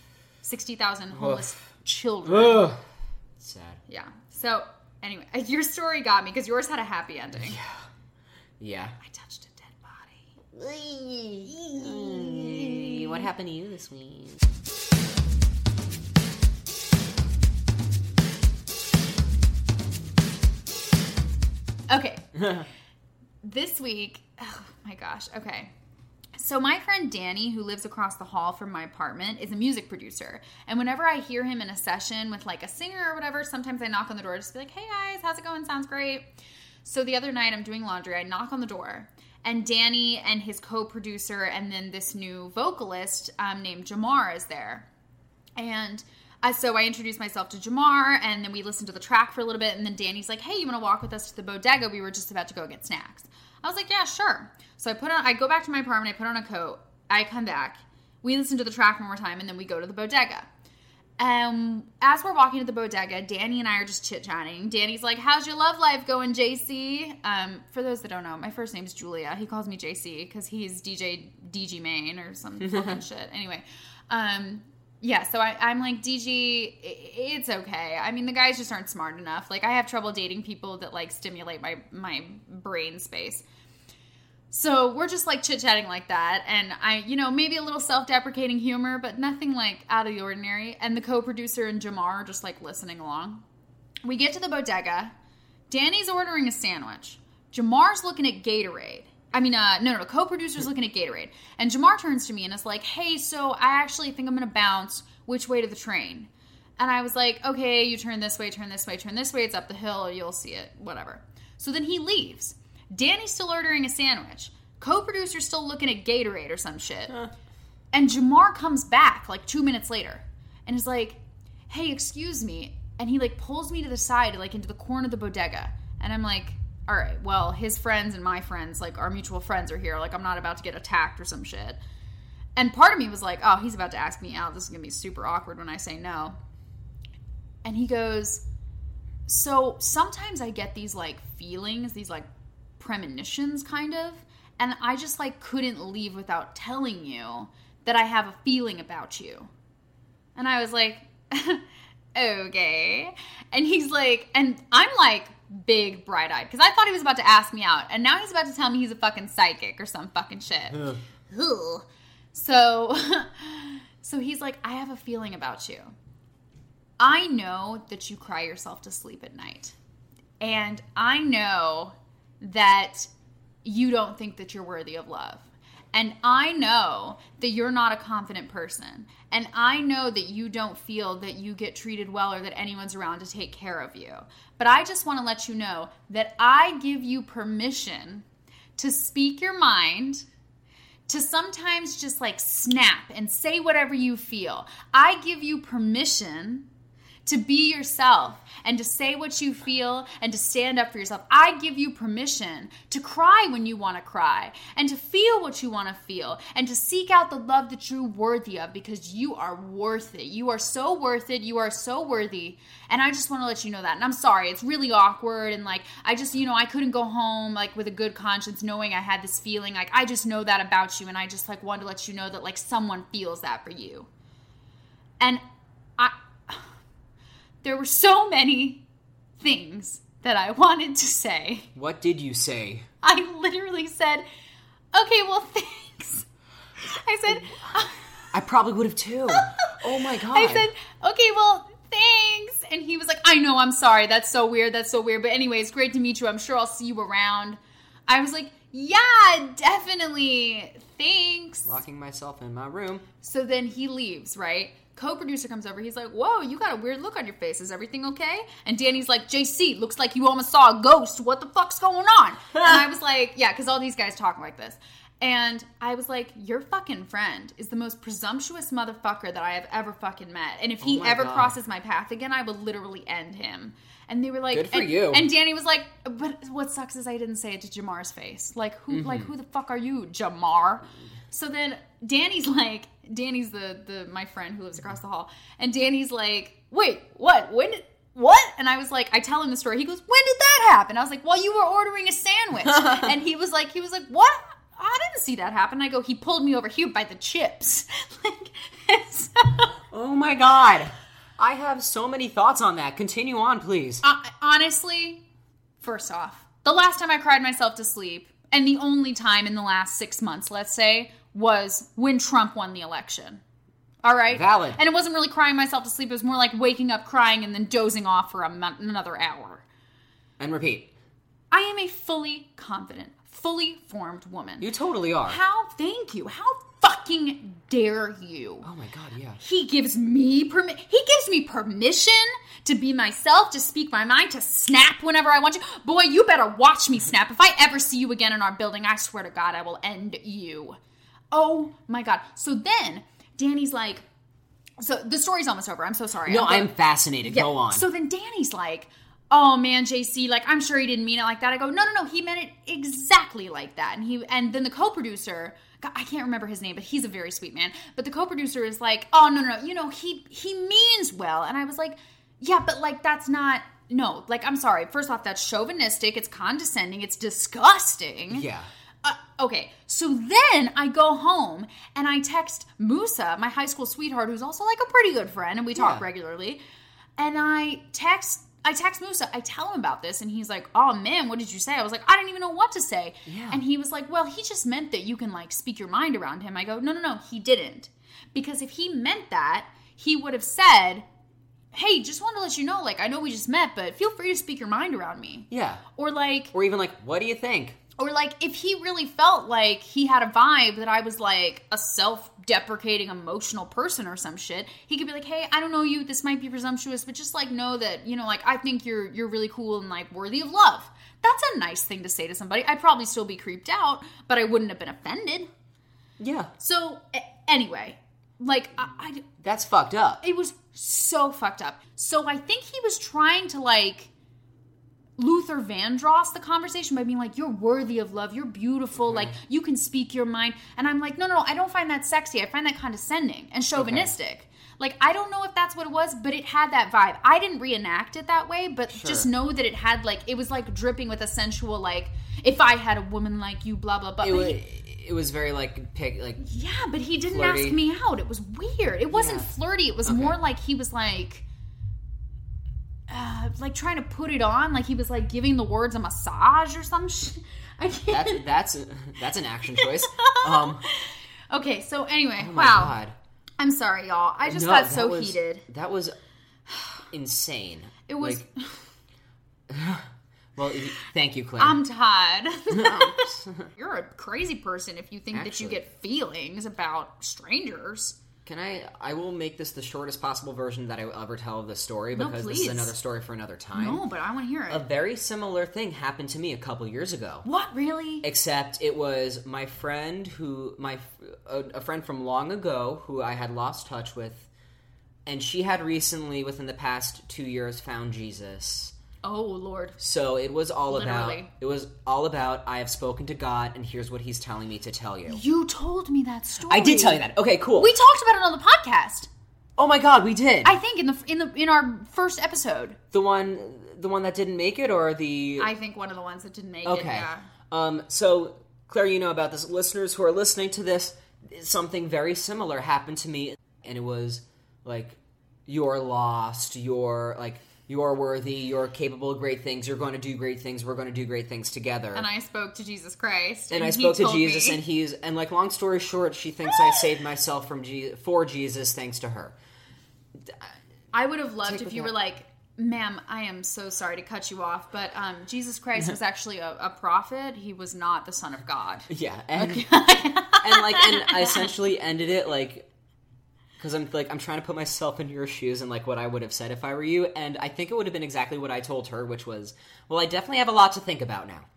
Sixty thousand homeless children.
Ugh. Sad.
Yeah. So anyway, your story got me because yours had a happy ending.
Yeah.
I touched a dead body.
What happened to you this week?
Okay. this week, oh my gosh. Okay. So my friend Danny, who lives across the hall from my apartment, is a music producer. And whenever I hear him in a session with like a singer or whatever, sometimes I knock on the door just be like, "Hey guys, how's it going? Sounds great." So the other night I'm doing laundry, I knock on the door. And Danny and his co-producer and then this new vocalist um, named Jamar is there. And uh, so I introduced myself to Jamar, and then we listened to the track for a little bit. And then Danny's like, "Hey, you want to walk with us to the bodega? We were just about to go get snacks." I was like, "Yeah, sure." So I put on, I go back to my apartment, I put on a coat, I come back, we listen to the track one more time, and then we go to the bodega. Um, as we're walking to the bodega, Danny and I are just chit chatting. Danny's like, "How's your love life going, JC?" Um, for those that don't know, my first name's Julia. He calls me JC because he's DJ DG Main or some fucking shit. Anyway, um, yeah. So I, I'm like, DG, i- it's okay. I mean, the guys just aren't smart enough. Like, I have trouble dating people that like stimulate my my brain space. So we're just like chit chatting like that. And I, you know, maybe a little self deprecating humor, but nothing like out of the ordinary. And the co producer and Jamar are just like listening along. We get to the bodega. Danny's ordering a sandwich. Jamar's looking at Gatorade. I mean, uh, no, no, the co producer's looking at Gatorade. And Jamar turns to me and is like, hey, so I actually think I'm going to bounce. Which way to the train? And I was like, okay, you turn this way, turn this way, turn this way. It's up the hill. You'll see it. Whatever. So then he leaves. Danny's still ordering a sandwich. Co producer's still looking at Gatorade or some shit. And Jamar comes back like two minutes later and is like, hey, excuse me, and he like pulls me to the side like into the corner of the bodega and i'm like all right well his friends and my friends like our mutual friends are here like i'm not about to get attacked or some shit and part of me was like oh he's about to ask me out this is gonna be super awkward when i say no and he goes so sometimes i get these like feelings these like premonitions kind of and i just like couldn't leave without telling you that i have a feeling about you and i was like okay. And he's like, and I'm like big bright eyed because I thought he was about to ask me out. And now he's about to tell me he's a fucking psychic or some fucking shit.
Ugh.
Ugh. So, so he's like, I have a feeling about you. I know that you cry yourself to sleep at night. And I know that you don't think that you're worthy of love. And I know that you're not a confident person. And I know that you don't feel that you get treated well or that anyone's around to take care of you. But I just want to let you know that I give you permission to speak your mind to sometimes just like snap and say whatever you feel. I give you permission to be yourself and to say what you feel and to stand up for yourself. I give you permission to cry when you want to cry and to feel what you want to feel and to seek out the love that you're worthy of because you are worth it. You are so worth it. You are so worthy. And I just want to let you know that. And I'm sorry, it's really awkward. And like, I just, you know, I couldn't go home like with a good conscience knowing I had this feeling. Like, I just know that about you. And I just like wanted to let you know that like someone feels that for you. And I, there were so many things that I wanted to say.
What did you say?
I literally said, okay, well, thanks. I said,
I probably would have too. oh my god.
I said, okay, well, thanks. And he was like, I know, I'm sorry. That's so weird. That's so weird. But, anyways, great to meet you. I'm sure I'll see you around. I was like, yeah, definitely. Thanks.
locking myself in my room.
So then he leaves, right? Co-producer comes over. He's like, "Whoa, you got a weird look on your face. Is everything okay?" And Danny's like, "JC, looks like you almost saw a ghost. What the fuck's going on?" and I was like, "Yeah, because all these guys talk like this." And I was like, "Your fucking friend is the most presumptuous motherfucker that I have ever fucking met. And if he
Oh my
ever
God.
crosses my path again, I will literally end him." And they were like,
Good for
and,
you.
And Danny was like, "But what sucks is I didn't say it to Jamar's face. Like who? Like
Mm-hmm.
who the fuck are you, Jamar?" So then Danny's like, Danny's the the my friend who lives across the hall, and Danny's like, "Wait, what? When? Did, what?" And I was like, I tell him the story. He goes, "When did that happen?" I was like, "Well, you were ordering a sandwich," and he was like, he was like, "What?" I didn't see that happen. I go, he pulled me over here by the chips. like, and so-
Oh my god. I have so many thoughts on that. Continue on, please.
Hon- Uh, honestly, first off, the last time I cried myself to sleep, and the only time in the last six months, let's say, was when Trump won the election. All right?
Valid.
And it wasn't really crying myself to sleep. It was more like waking up crying and then dozing off for a mon- another hour.
And repeat.
I am a fully confident, fully formed woman.
You totally are.
How, thank you. How fucking dare you?
Oh my god, yeah.
He gives me permi- he gives me permission to be myself, to speak my mind, to snap whenever I want to. Boy, you better watch me snap. If I ever see you again in our building, I swear to God, I will end you. Oh my God. So then Danny's like, so the story's almost over. I'm so sorry.
No,
I'm going-
I'm fascinated. Go
yeah.
on.
So then Danny's like, "Oh man, JC, like I'm sure he didn't mean it like that." I go, "No, no, no, he meant it exactly like that." And he and then the co-producer, God, I can't remember his name, but he's a very sweet man. But the co-producer is like, "Oh no, no, no, you know he he means well." And I was like, "Yeah, but like that's not." No, like I'm sorry. First off, that's chauvinistic. It's condescending. It's disgusting.
yeah.
Uh, okay, so then I go home and I text Musa, my high school sweetheart, who's also like a pretty good friend, and we talk
Yeah.
regularly. And I text, I text Musa. I tell him about this, and he's like, "Oh man, what did you say?" I was like, "I didn't even know what to say."
Yeah.
And he was like, "Well, he just meant that you can like speak your mind around him." I go, "No, no, no, he didn't, because if he meant that, he would have said." Hey, just wanted to let you know, like, I know we just met, but feel free to speak your mind around me.
Yeah.
Or, like,
Or even like, what do you think?
or like if he really felt like he had a vibe that I was like a self-deprecating emotional person or some shit, he could be like, "Hey, I don't know you. This might be presumptuous, but just like know that you know, like I think you're you're really cool and like worthy of love." That's a nice thing to say to somebody. I'd probably still be creeped out, but I wouldn't have been offended.
Yeah.
So a- anyway, like I, I
That's fucked up.
it was so fucked up. So I think he was trying to like Luther Vandross the conversation by being like, You're worthy of love, you're beautiful, like you can speak your mind. And I'm like, No, no, no, I don't find that sexy. I find that condescending and chauvinistic. Like, I don't know if that's what it was, but it had that vibe. I didn't reenact it that way, but just
Sure.
know that it had like, it was like dripping with a sensual, like, if I had a woman like you, blah, blah, blah.
It,
But
wa-
he-
it was very like pick like
yeah, but he didn't
Flirty.
ask me out. It was weird. It wasn't
Yeah.
flirty. It was
Okay.
more like he was like, uh, like trying to put it on. Like he was like giving the words a massage or some shit. I
that's
can't.
that's that's an action choice. Um,
okay, so anyway,
oh my
wow.
God.
I'm sorry, y'all. I just
No,
got
that
so
was-
heated.
That was insane.
It was.
Like, well, y- thank you, Claire.
I'm tired.
Um,
You're a crazy person if you think that you
Actually-
get feelings about strangers.
Can I? I will make this the shortest possible version that I will ever tell of this story
No,
because this is
please.
another story for another time.
No, but I want to hear it.
A very similar thing happened to me a couple years ago.
what really?
except it was my friend who my a, a friend from long ago who I had lost touch with, and she had recently within the past two years found Jesus.
oh Lord.
So it was all about
Literally.
it was all about I have spoken to God and here's what He's telling me to tell you.
You told me that story.
I did tell you that. Okay, cool.
We talked about it on the podcast.
oh my God, we did
I think in the in the in our first episode.
the one the one that didn't make it or the
I think one of the ones that didn't make it.
Okay.
Yeah.
Um, so, Claire, you know about this. Listeners who are listening to this, something very similar happened to me, and it was like, "You're lost. You're like, you're worthy. You're capable of great things. You're going to do great things. We're going to do great things together."
And I spoke to Jesus Christ.
And I
he
spoke to
told
Jesus,
me-
and he's and like, long story short, she thinks I saved myself from Je- for Jesus thanks to her.
I would have loved
Take
if you
with
were like, "Ma'am, I am so sorry to cut you off, but um, Jesus Christ was actually a, a prophet. He was not the Son of God."
Yeah, and and like and I essentially ended it like because I'm like I'm trying to put myself in your shoes and like what I would have said if I were you, and I think it would have been exactly what I told her, which was, well, I definitely have a lot to think about now.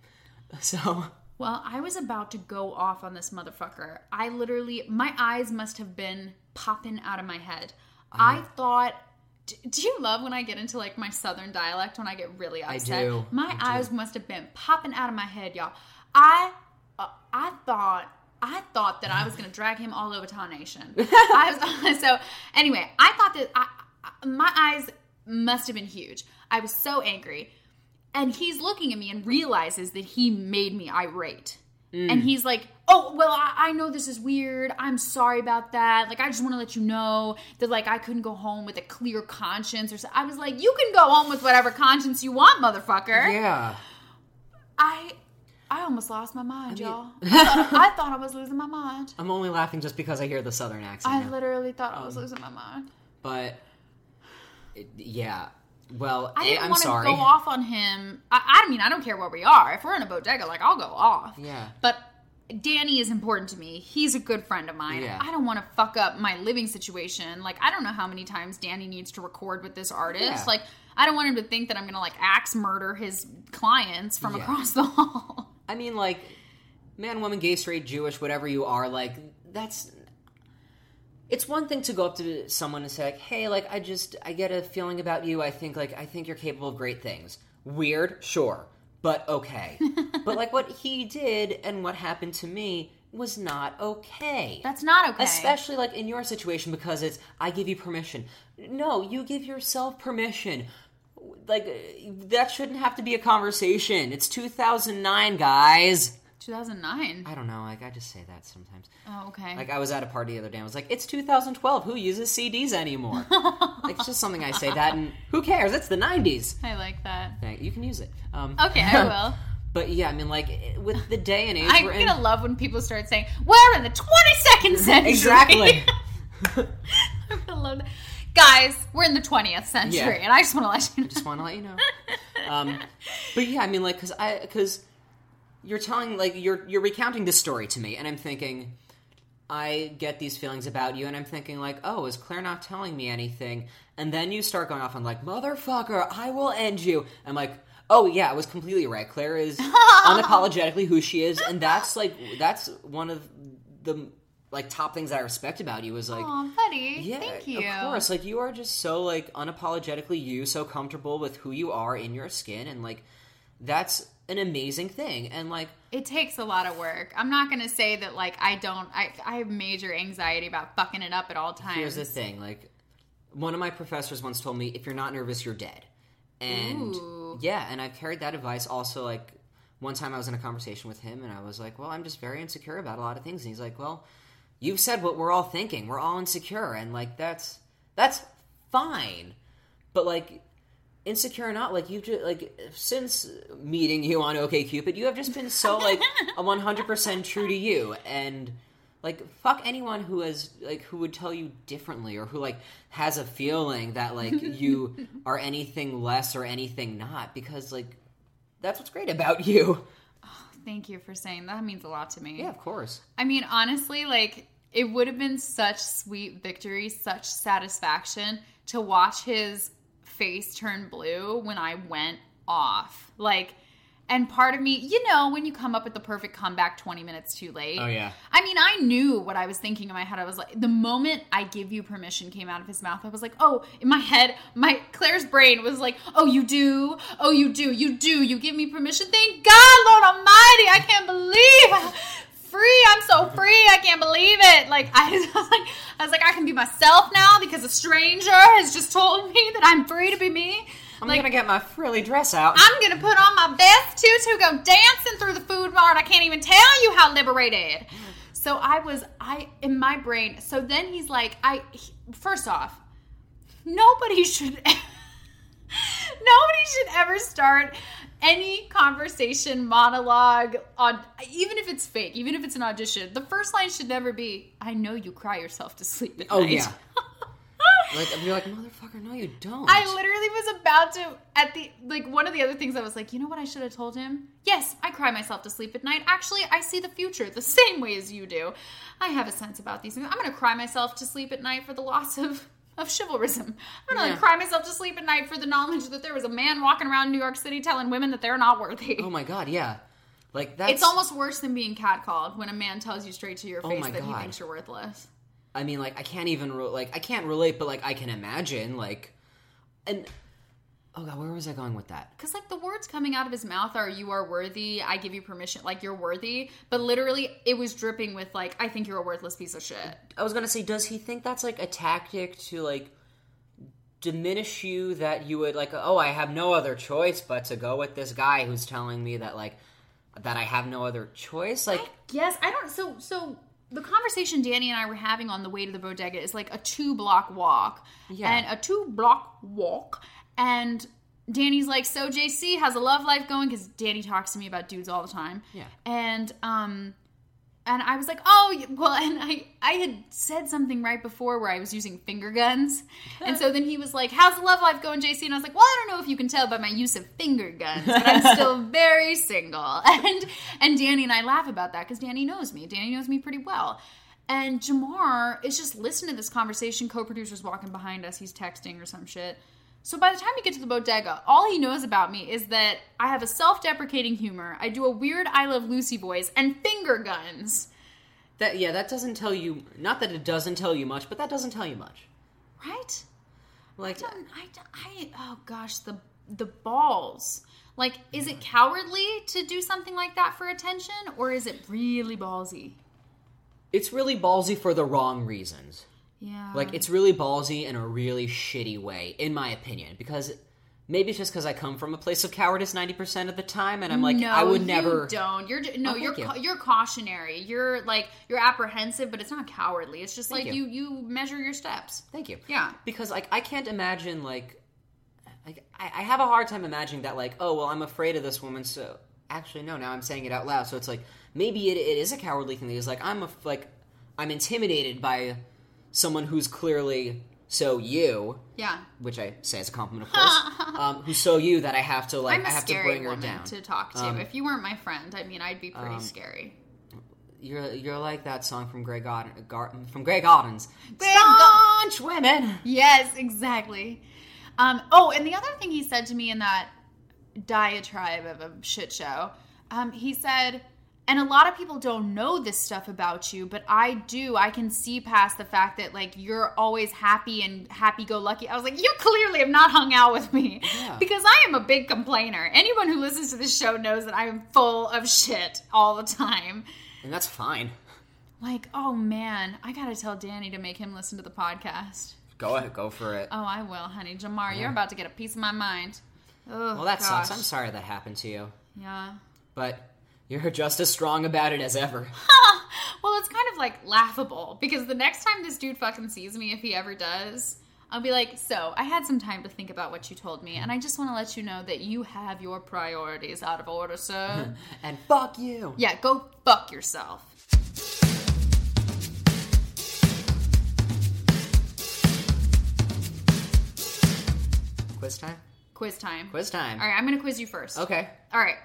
So
Well, I was about to go off on this motherfucker. I literally, my eyes must have been popping out of my head. I thought, do, do you love when I get into like my southern dialect when I get really upset?
do.
My
I do.
eyes must have been popping out of my head, y'all. I, uh, I thought. I thought that I was going to drag him all over Town Nation. I was, so anyway, I thought that I, I, my eyes must have been huge. I was so angry. And he's looking at me and realizes that he made me irate.
Mm.
And he's like, Oh, well, I, I know this is weird. I'm sorry about that. Like, I just want to let you know that, like, I couldn't go home with a clear conscience or so. I was like, You can go home with whatever conscience you want, motherfucker.
yeah,
I. I almost lost my mind, y'all. I thought, I thought I was losing my mind.
I'm only laughing just because I hear the southern accent,
I
now.
literally thought I was losing my mind.
but it- yeah. Well,
I
I
didn't
am
want to
Eh, sorry.
go off on him. I, I mean, I don't care where we are. If we're in a bodega, like I'll go off.
Yeah.
But Danny is important to me. He's a good friend of mine.
Yeah.
I don't want to fuck up my living situation. Like I don't know how many times Danny needs to record with this artist.
Yeah.
Like I don't want him to think that I'm gonna like axe murder his clients from
Yeah.
across the hall.
I mean, like, man, woman, gay, straight, Jewish, whatever you are, like, that's. It's one thing to go up to someone and say, like, hey, like, I just, I get a feeling about you. I think, like, I think you're capable of great things. Weird, sure, but okay. but, like, what he did and what happened to me was not okay.
That's not okay.
Especially like in your situation because it's I give you permission. No, you give yourself permission. Like uh, that shouldn't have to be a conversation. It's 2009, guys.
2009.
I don't know. Like I just say that sometimes.
Oh, okay.
Like I was at a party the other day. and I was like, it's 2012. Who uses CDs anymore? like it's just something I say that, and who cares? It's the 90s.
I like that.
Thank- You can use it. Um,
Okay, I will.
But yeah, I mean, like it- with the day and age
I'm
we're
gonna
in,
love when people start saying we're in the 22nd century.
exactly.
I'm gonna love that. Guys, we're in the 20th century,
Yeah.
and I just want to let you know.
just want to let you know. Um, but yeah, I mean, like, because I because you're telling like you're you're recounting this story to me, and I'm thinking, I get these feelings about you, and I'm thinking like, oh, is Claire not telling me anything? And then you start going off on like, motherfucker, I will end you. I'm like. Oh yeah, I was completely right. Claire is unapologetically who she is, and that's like that's one of the like top things that I respect about you is like
Aw, buddy.
yeah,
Thank you.
Of course, like you are just so like unapologetically you, so comfortable with who you are in your skin, and like that's an amazing thing. And like,
It takes a lot of work. I'm not gonna say that like I don't. I I have major anxiety about fucking it up at all times.
here's the thing: like, one of my professors once told me, if you're not nervous, you're dead. And
Ooh.
yeah, and I've carried that advice also. Like, one time I was in a conversation with him, and I was like, well, I'm just very insecure about a lot of things, and he's like, well, you've said what we're all thinking. We're all insecure, and like that's that's fine. But like insecure or not, like you just like since meeting you on OKCupid, you have just been so like a one hundred percent true to you, and like fuck anyone who has like who would tell you differently or who like has a feeling that like you are anything less or anything not because like that's what's great about you.
Thank you for saying that. Means a lot to me.
Yeah, of course.
I mean, honestly, like it would have been such sweet victory, such satisfaction to watch his face turn blue when I went off. Like, and part of me, you know, when you come up with the perfect comeback 20 minutes too late.
Oh, yeah.
I mean, I knew what I was thinking in my head. I was like, the moment I give you permission came out of his mouth, I was like, oh, in my head, my Claire's brain was like, oh, you do, oh, you do, you do, you give me permission. Thank God, Lord Almighty, I can't believe. Free, I'm so free. I can't believe it. Like I, was like, I was like, I can be myself now because a stranger has just told me that I'm free to be me.
I'm
like
gonna get my frilly dress out.
I'm gonna put on my best tutu, go dancing through the food mart. I can't even tell you how liberated. So I was, I in my brain. So then he's like, I he- first off, nobody should, nobody should ever start any conversation monologue on even if it's fake, even if it's an audition. The first line should never be, "I know you cry yourself to sleep." At
Oh
night."
yeah. like you're like motherfucker. No, you don't.
I literally was about to at the like one of the other things I was like, you know what I should have told him? Yes, I cry myself to sleep at night. Actually, I see the future the same way as you do. I have a sense about these things. I'm gonna cry myself to sleep at night for the loss of of chivalrism. I'm gonna
Yeah.
like, cry myself to sleep at night for the knowledge that there was a man walking around New York City telling women that they're not worthy.
oh my god. Yeah. Like that's.
it's almost worse than being catcalled when a man tells you straight to your face
Oh my
that he
God.
thinks you're worthless.
I mean, like I can't even re- like I can't relate, but like I can imagine like, and oh god, where was I going with that?
Because, like, the words coming out of his mouth are, you are worthy, I give you permission, like, you're worthy. But literally, it was dripping with, like, I think you're a worthless piece of shit.
I was gonna say, does he think that's like a tactic to like diminish you that you would like? Oh, I have no other choice but to go with this guy who's telling me that like that I have no other choice. Like,
Yes, I don't. So, so the conversation Danny and I were having on the way to the bodega is like a two block walk.
Yeah.
And a two block walk. And Danny's like, so JC, how's the love life going? Because Danny talks to me about dudes all the time.
Yeah.
And, um, and I was like, oh, y- well, and I, I had said something right before where I was using finger guns. And so then he was like, how's the love life going, JC? And I was like, well, I don't know if you can tell by my use of finger guns, but I'm still very single. And, and Danny and I laugh about that because Danny knows me. Danny knows me pretty well. And Jamar is just listening to this conversation. Co producer's walking behind us. He's texting or some shit. So by the time we get to the bodega, all he knows about me is that I have a self deprecating humor, I do a weird I Love Lucy voice, and finger guns.
That yeah, that doesn't tell you. Not that it doesn't tell you much, but that doesn't tell you much.
Right?
Like,
I, don't- I, don't- I- oh gosh, the the balls. Like, is it cowardly to do something like that for attention, or is it really ballsy?
it's really ballsy for the wrong reasons.
Yeah.
Like, it's really ballsy in a really shitty way, in my opinion, because maybe it's just because I come from a place of cowardice ninety percent of the time, and I'm like,
no,
I would
you
never.
don't. You're j- no.
Oh,
you're
thank
ca-
you.
you're cautionary. You're like you're apprehensive, but it's not cowardly. It's just
Thank
like
you.
you. you measure your steps.
Thank you.
Yeah.
Because like I can't imagine like, like I, I have a hard time imagining that like oh well I'm afraid of this woman so actually no now I'm saying it out loud so it's like maybe it, it is a cowardly thing that is like I'm a like I'm intimidated by someone who's clearly so you
Yeah.
which I say as a compliment of course um, who's so you that I have to like
I'm
I
a
have to
scary
bring her
woman
down
to talk to.
Um,
if you weren't my friend, I mean, I'd be pretty scary.
you're you're like that song from Greg Auden, Gar, from Greg Auden's
Greg Auden.
staunch women
Yes, exactly. Um, oh, and the other thing he said to me in that diatribe of a shit show, um, he said, And a lot of people don't know this stuff about you, but I do. I can see past the fact that like you're always happy and happy go lucky. I was like, you clearly have not hung out with me
Yeah.
because I am a big complainer. Anyone who listens to this show knows that I am full of shit all the time.
and that's fine.
Like, oh man, I gotta tell Danny to make him listen to the podcast.
Go ahead, go for it.
Oh, I will, honey. Jamar, you're about to get a piece of my mind. Oh,
well, that
gosh.
sucks. I'm sorry that happened to you,
Yeah.
but you're just as strong about it as ever.
Well, it's kind of like laughable because the next time this dude fucking sees me, if he ever does, I'll be like, So, I had some time to think about what you told me, and I just want to let you know that you have your priorities out of order, sir.
and fuck you.
yeah, go fuck yourself.
Quiz time.
Quiz time.
Quiz time.
All right, I'm going to quiz you first.
Okay.
All right.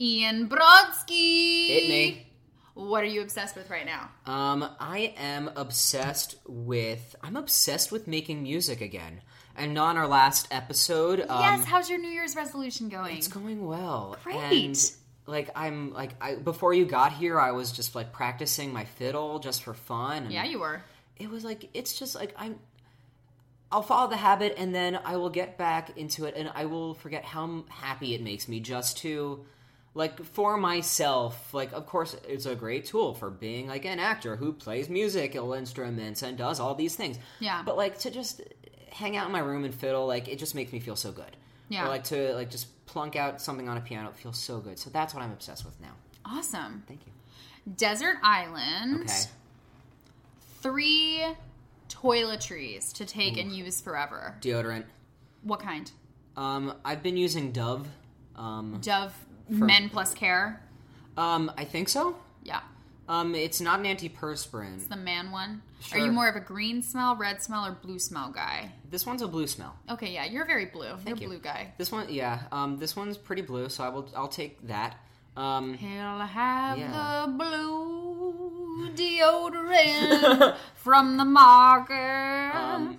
Ian Brodsky.
Hit me.
What are you obsessed with right now?
Um, I am obsessed with. I'm obsessed with making music again. And on our last episode, um,
yes, how's your New Year's resolution going?
It's going well.
Great.
And, like I'm like I before you got here, I was just like practicing my fiddle just for fun. And
yeah, you were.
It was like it's just like I'm. I'll follow the habit, and then I will get back into it, and I will forget how m- happy it makes me just to, like, for myself. Like, of course, it's a great tool for being like an actor who plays musical instruments and does all these things.
Yeah.
But like to just hang out in my room and fiddle, like it just makes me feel so good.
Yeah.
Or like to like just plunk out something on a piano, it feels so good. So that's what I'm obsessed with now.
Awesome.
Thank you.
Desert Island.
Okay.
Three toiletries to take and use forever.
Deodorant.
What kind?
Um, I've been using Dove. Um,
Dove Men Plus Care.
um, I think so.
Yeah,
Um, it's not an antiperspirant.
the man one. Are
Sure.
you more of a green smell, red smell, or blue smell guy?
This one's a blue smell.
Okay, yeah, you're very blue.
Thank
you're
you.
blue guy.
This one, yeah. Um, this one's pretty blue, so I will. I'll take that. Um,
He'll have
Yeah.
the blue deodorant from the market.
um,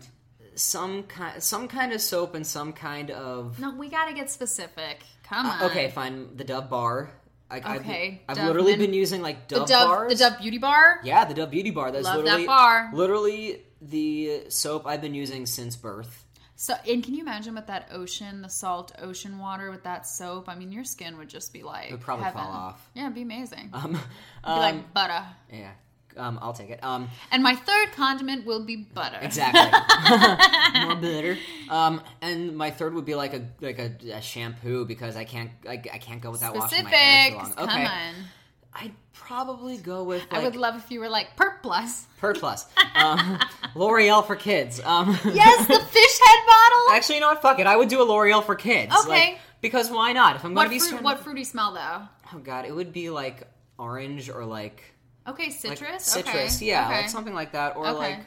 some kind, some kind of soap and some kind of.
no, we gotta get specific. Come on.
Uh, okay, fine. The Dove bar. Like,
Okay,
I've, I've
Dove
literally
men-
been using like
The
Dove,
Dove,
bars.
the Dove Beauty Bar.
Yeah, the Dove Beauty Bar. That's
Love that
literally
bar.
literally the soap I've been using since birth.
So, and can you imagine with that ocean, the salt ocean water with that soap? I mean, your skin would just be like. It
would probably fall off.
Yeah, it'd be amazing.
Um,
It'd be
um,
like butter.
yeah. Um, I'll take it. Um,
And my third condiment will be butter.
exactly. More bitter. Um, and my third would be like a like a, a shampoo because I can't like I can't go without washing my hair too
Specifics.
long.
Come
okay,
on.
I'd probably go with
I
like
would love if you were like perp plus.
Per Plus, um, L'Oreal for kids. Um,
Yes, the fish head bottle.
Actually, you know what? Fuck it. I would do a L'Oreal for kids.
Okay.
Like, because why not? If I'm
what
going to be
fruit?
spend-
What fruity smell though?
oh god, it would be like orange or like
Okay,
like
citrus.
citrus.
Okay.
Yeah,
Okay.
like something like that, or
Okay.
like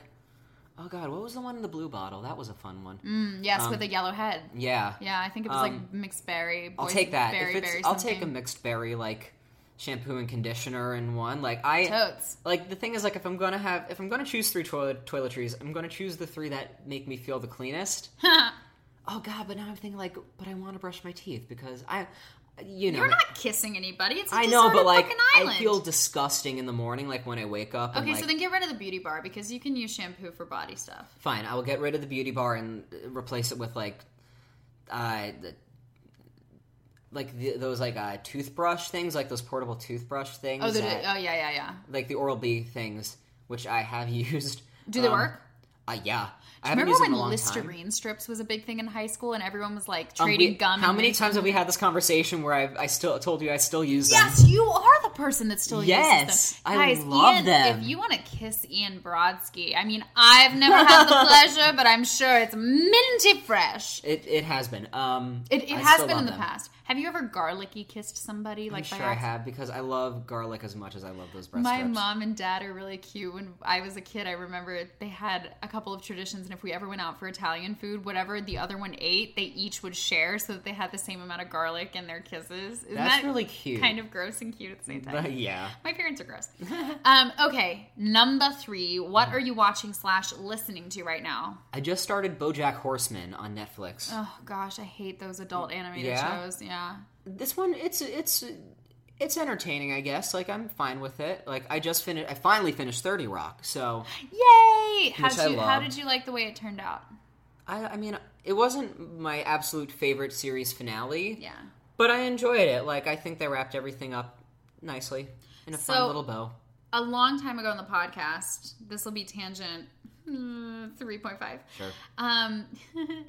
oh god, what was the one in the blue bottle? That was a fun one.
Mm, yes, with a yellow head.
Yeah,
Yeah, I think it was
Um,
like mixed berry.
I'll
boys-
take that.
Berry,
if it's,
berry
I'll take a
something.
mixed berry like shampoo and conditioner in one. Like I
Totes.
like the thing is like if I'm gonna have if I'm gonna choose three toilet toiletries, I'm gonna choose the three that make me feel the cleanest. Oh god, but now I'm thinking like, but I want to brush my teeth because I, you know,
You're not kissing anybody. It's a
I know, but
deserted
like
fucking island.
I feel disgusting in the morning, like when I wake up. and,
Okay,
like,
so then get rid of the beauty bar because you can use shampoo for body stuff.
fine, I will get rid of the beauty bar and uh, replace it with like, uh, the, like the, those like uh, toothbrush things, like those portable toothbrush things,
Oh, the, oh
that-
yeah, yeah, yeah.
like the Oral B things, which I have used.
Do they
Um,
work?
Uh, yeah, I haven't
Remember
used them
when
in a long time.
Listerine strips was a big thing in high school and everyone was like
Um, we-
trading gum?
How
and
many
making-
times have we had this conversation where I, I still told you I still use them?
Yes, you are the person that still
Yes,
uses them.
I
Guys,
love
Ian,
them.
If you want to kiss Ian Brodsky, I mean, I've never had the pleasure, but I'm sure it's minty fresh.
It, it has been. Um,
It, it
I
has
still
been
love
in the
them.
past. Have you ever garlicky kissed somebody
I'm
like by
sure I
accident?
have because I love garlic as much as I love those breast
My
strips.
mom and dad are really cute. When I was a kid, I remember they had a couple of traditions, and if we ever went out for Italian food, whatever the other one ate, they each would share so that they had the same amount of garlic in their kisses. Isn't
That's
that
really cute.
kind of gross and cute at the same time?
But yeah.
My parents are gross. um, okay, number three. What are you watching slash listening to right now?
I just started BoJack Horseman on Netflix.
Oh gosh, I hate those adult animated
Yeah?
shows. Yeah,
This one, it's it's it's entertaining, I guess. Like I'm fine with it. Like I just finished. I finally finished Thirty Rock, so
Yay! How
Which I
did you how
love.
did you like the way it turned out?
I, I mean, it wasn't my absolute favorite series finale,
Yeah.
but I enjoyed it. Like I think they wrapped everything up nicely in a
So-
fun little bow.
A long time ago in the podcast, this will be tangent mm, 3.5.
Sure.
Um,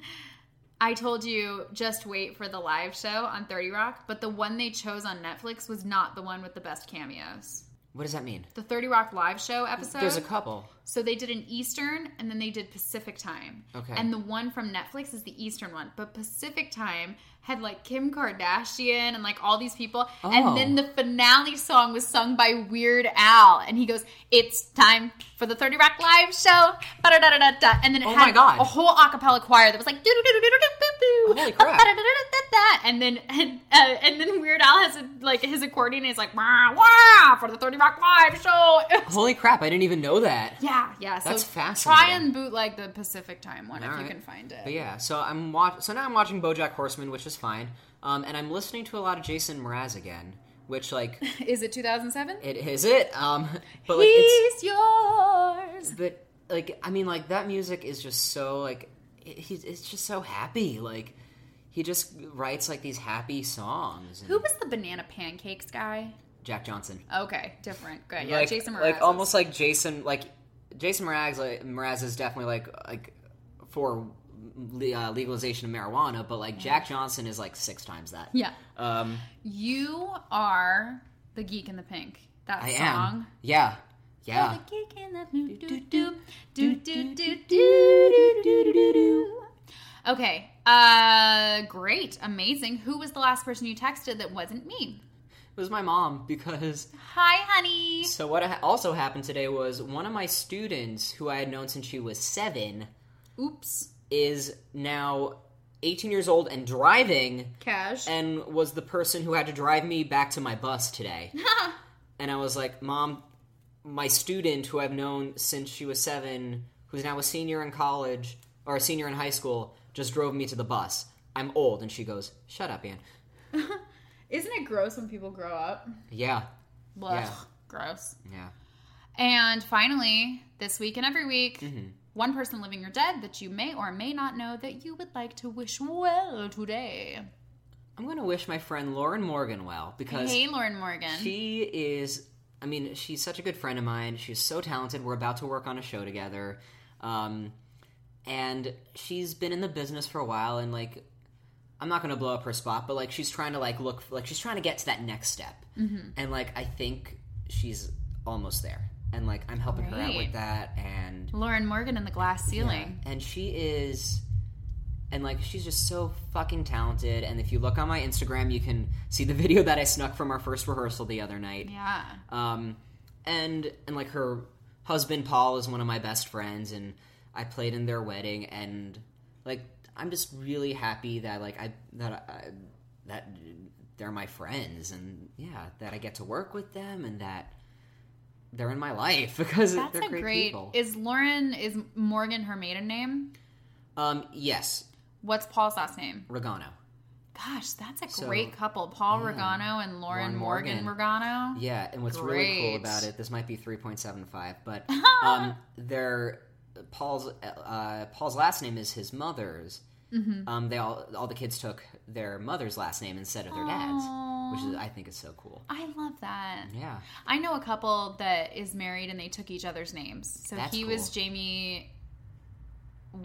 I told you just wait for the live show on 30 Rock, but the one they chose on Netflix was not the one with the best cameos.
What does that mean?
The 30 Rock live show episode.
There's a couple.
so they did an Eastern and then they did Pacific time.
Okay.
And the one from Netflix is the Eastern one, but Pacific time had like Kim Kardashian and like all these people.
Oh.
And then the finale song was sung by Weird Al, and he goes, "It's time for the 30 Rock live show." Ba-da-da-da-da-da. And then it
Oh
had
my God.
a whole a cappella choir that was like, "Doo-doo-doo-doo-doo-doo-doo-doo."
Holy crap.
Ba-da-da-da-da-da-da. And then and, uh, and then Weird Al has a, like his accordion and he's like, "Wah, wah, for the 30 Rock live show."
Holy crap! I didn't even know that.
Yeah, yeah. So
That's
Try
fascinating.
and bootleg the Pacific Time one if you
Alright.
can find it.
But yeah, so I'm watch. So now I'm watching BoJack Horseman, which is fine. Um, and I'm listening to a lot of Jason Mraz again, which like
Is it 2007?
it is it. Um, but like it's
He's yours.
but like I mean like that music is just so like it, he's it's just so happy. Like he just writes like these happy songs. and-
Who was the banana pancakes guy?
Jack Johnson.
Okay, different. Good. Yeah,
like,
Jason Mraz.
Like almost like Jason, like Jason Mraz, like, Mraz is definitely like like for le- uh, legalization of marijuana, but like Jack Johnson is like six times that.
Yeah.
Um,
You are the geek in the pink. That
I
song.
am. Yeah, yeah.
You're the geek in the pink. Do, do, do, do, do, do, do, do, do, do. Okay. Uh, great. Amazing. Who was the last person you texted that wasn't me?
It was my mom because.
Hi, honey.
So what ha- also happened today was one of my students who I had known since she was seven
Oops.
is now 18 years old and driving,
Cash.
and was the person who had to drive me back to my bus today. and I was like, Mom, my student who I've known since she was seven, who's now a senior in college or a senior in high school, just drove me to the bus. I'm old. And she goes, Shut up, Ann.
Isn't it gross when people grow up?
Yeah.
Blah.
Yeah.
Gross.
Yeah.
And finally, this week and every week,
Mm-hmm.
one person living or dead that you may or may not know that you would like to wish well today.
I'm going to wish my friend Lauren Morgan well because
Hey, Lauren Morgan.
she is, I mean, she's such a good friend of mine. She's so talented. We're about to work on a show together. Um, and she's been in the business for a while and like I'm not gonna blow up her spot, but like she's trying to like look like she's trying to get to that next step, mm-hmm. and like I think she's almost there, and like I'm helping her out
Great.
with that, and
Lauren Morgan in the glass ceiling.
and she is, and like she's just so fucking talented. And if you look on my Instagram, you can see the video that I snuck from our first rehearsal the other night.
Yeah.
Um, and and like her husband Paul is one of my best friends, and I played in their wedding, and like I'm just really happy that like I that I, that they're my friends, and yeah, that I get to work with them, and that they're in my life because
That's
they're
a
great,
great.
people.
Is Lauren, is Morgan her maiden name?
um, yes,
What's Paul's last name?
Regano.
Gosh, that's a
So-
great couple. Paul Regano and Lauren
Lauren
Morgan,
Morgan.
Regano.
Yeah, and what's really
Great.
cool about it, this might be three point seven five, but um, their Paul's uh, Paul's last name is his mother's. Um, they all all the kids took their mother's last name instead of their dad's, which is I think is so cool.
I love that.
Yeah,
I know a couple that is married and they took each other's names. So
That's
he was
cool.
Jamie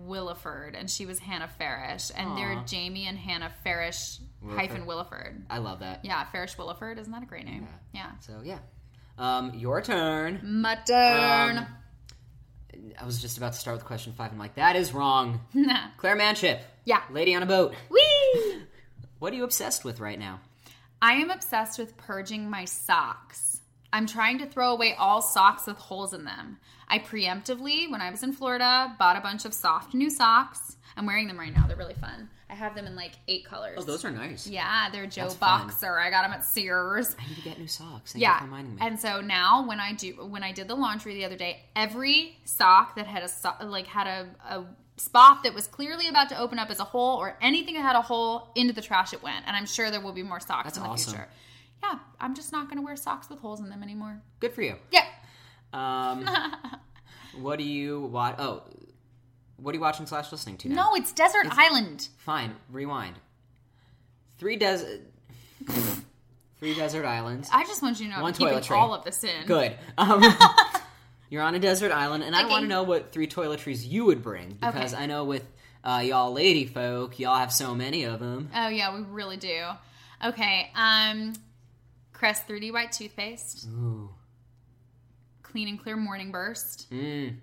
Williford and she was Hannah Farish. And they're
Aw.
Jamie and Hannah Farish hyphen Williford.
I love that.
Yeah, Farish Williford. Isn't that a great name? Yeah.
So yeah, um, your turn.
Mutton.
I was just about to start with question five. I'm like, that is wrong. Claire Manship,
yeah.
lady on a boat.
Whee!
What are you obsessed with right now?
I am obsessed with purging my socks. I'm trying to throw away all socks with holes in them. I preemptively, when I was in Florida, bought a bunch of soft new socks. I'm wearing them right now. They're really fun. I have them in like eight colors.
Oh, those are nice.
Yeah, they're Joe
That's fun.
Boxer. I got them at Sears.
I need to get new socks. Thank you
Yeah.
for reminding me.
And so now when I do when I did the laundry the other day, every sock that had a so- like had a, a spot that was clearly about to open up as a hole or anything that had a hole into the trash it went. And I'm sure there will be more socks
That's
in the
awesome.
future. yeah, I'm just not gonna wear socks with holes in them anymore.
Good for you.
Yeah.
Um, what do you watch? Oh, what are you watching slash listening to now?
No, it's Desert Island.
Fine. Rewind. Three desert. three desert islands.
I just want you to know
One
I'm keeping
toiletry.
all of this in.
Good. Um, you're on a desert island, and I
Okay.
want to know what three toiletries you would bring because
Okay.
I know with uh, y'all lady folk, y'all have so many of them.
Oh yeah, we really do. Okay. Um, Crest 3D white toothpaste,
Ooh.
clean and clear morning burst,
Mm.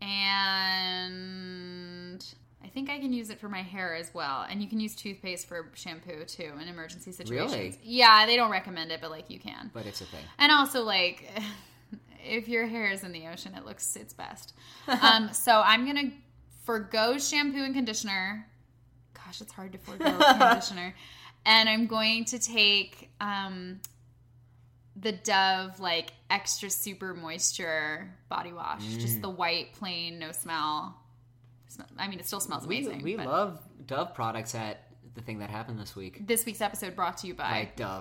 and I think I can use it for my hair as well. And you can use toothpaste for shampoo too in emergency situations.
Really?
Yeah, they don't recommend it, but like you can.
But it's a thing.
And also, like, if your hair is in the ocean, it looks its best. Um, so I'm gonna forgo shampoo and conditioner. Gosh, it's hard to forego conditioner. And I'm going to take um, the Dove like extra super moisture body wash,
Mm.
just the white, plain, no smell. Sm- I mean, it still smells
We,
amazing.
we
but-
love Dove products at the thing that happened this week.
this week's episode brought to you by.
Like Dove.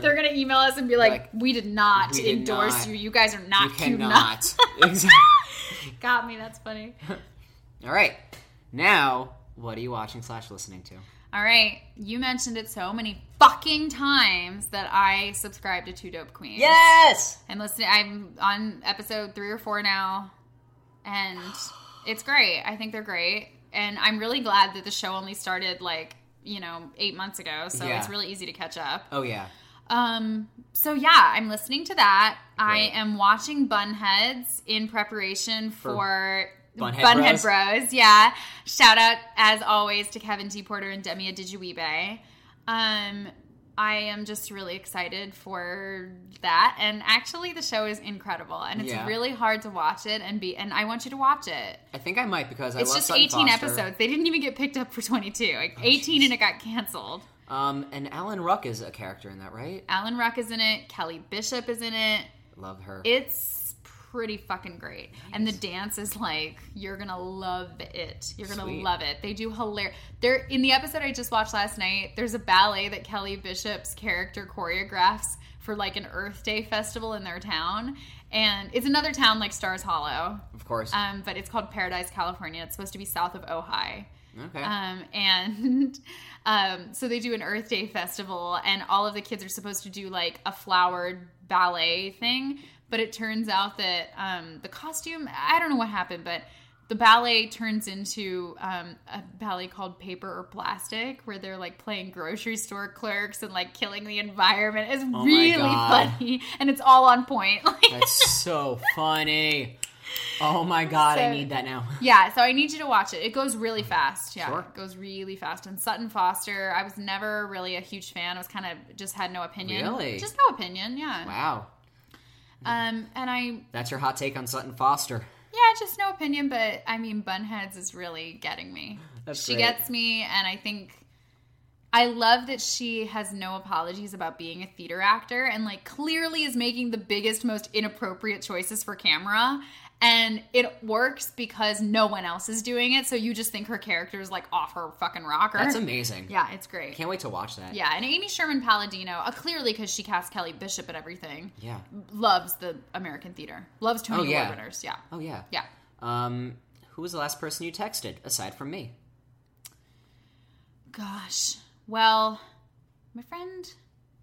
They're gonna email us and be like,
Like,
"We did not
we did
endorse
not.
you. You guys are
you
not cute enough."
cannot. exactly.
Got me. That's funny.
All right. Now, what are you watching slash listening to?
All right. You mentioned it so many fucking times that I subscribe to Two Dope Queens.
Yes.
And listen, I'm on episode three or four now, and it's great. I think they're great. And I'm really glad that the show only started like, you know, eight months ago. So
Yeah.
it's really easy to catch up.
Oh yeah.
Um, so yeah, I'm listening to that. I
Great.
am watching Bunheads in preparation for,
Bunhead
Bros. Yeah. Shout out as always to Kevin T. Porter and Demia Digiwebe. Um, I am just really excited for that. And actually the show is incredible and it's
Yeah.
really hard to watch it and be and I want you to watch it.
I think I might because I
It's
love
just
Sutton
18
Foster. Oh,
episodes. They didn't even get picked up for 22. Like 18 and it got canceled.
Um, and Alan Ruck is a character in that, right?
Alan Ruck is in it, Kelly Bishop is in it.
Love her.
It's pretty fucking great. And the dance is like, you're gonna love it. You're gonna
Sweet.
love it. They do hilarious. They're in the episode I just watched last night. There's a ballet that Kelly Bishop's character choreographs for like an Earth Day festival in their town, and it's another town like Stars Hollow,
of course.
um, but it's called Paradise, California. It's supposed to be south of Ojai.
okay.
Um, and um, so they do an Earth Day festival, and all of the kids are supposed to do like a flowered ballet thing. But it turns out that um, the costume, I don't know what happened, but the ballet turns into um, a ballet called Paper or Plastic, where they're like playing grocery store clerks and like killing the environment. It's
Oh my
really
God.
funny, and it's all on point. Like,
That's so funny. Oh my god, I
So-
need that now.
Yeah, so I need you to watch it. It goes really fast. Yeah,
Mm-hmm. Sure.
it goes really fast. And Sutton Foster, I was never really a huge fan. I was kind of just had no opinion.
Really?
Just no opinion. Yeah.
Wow.
Um, and I,
That's your hot take on Sutton Foster.
yeah, just no opinion. But I mean, Bunheads is really getting me.
That's
she
great.
gets me, and I think I love that she has no apologies about being a theater actor, and like clearly is making the biggest, most inappropriate choices for camera. And it works because no one else is doing it, so you just think her character is like off her fucking rocker.
That's amazing.
yeah, it's great.
Can't wait to watch that.
Yeah, and Amy Sherman Palladino, uh, clearly because she cast Kelly Bishop and everything,
Yeah.
loves the American theater, loves Tony
Oh, yeah.
Award winners. Yeah,
Oh yeah.
yeah.
Um, who was the last person you texted aside from me?
Gosh. Well, my friend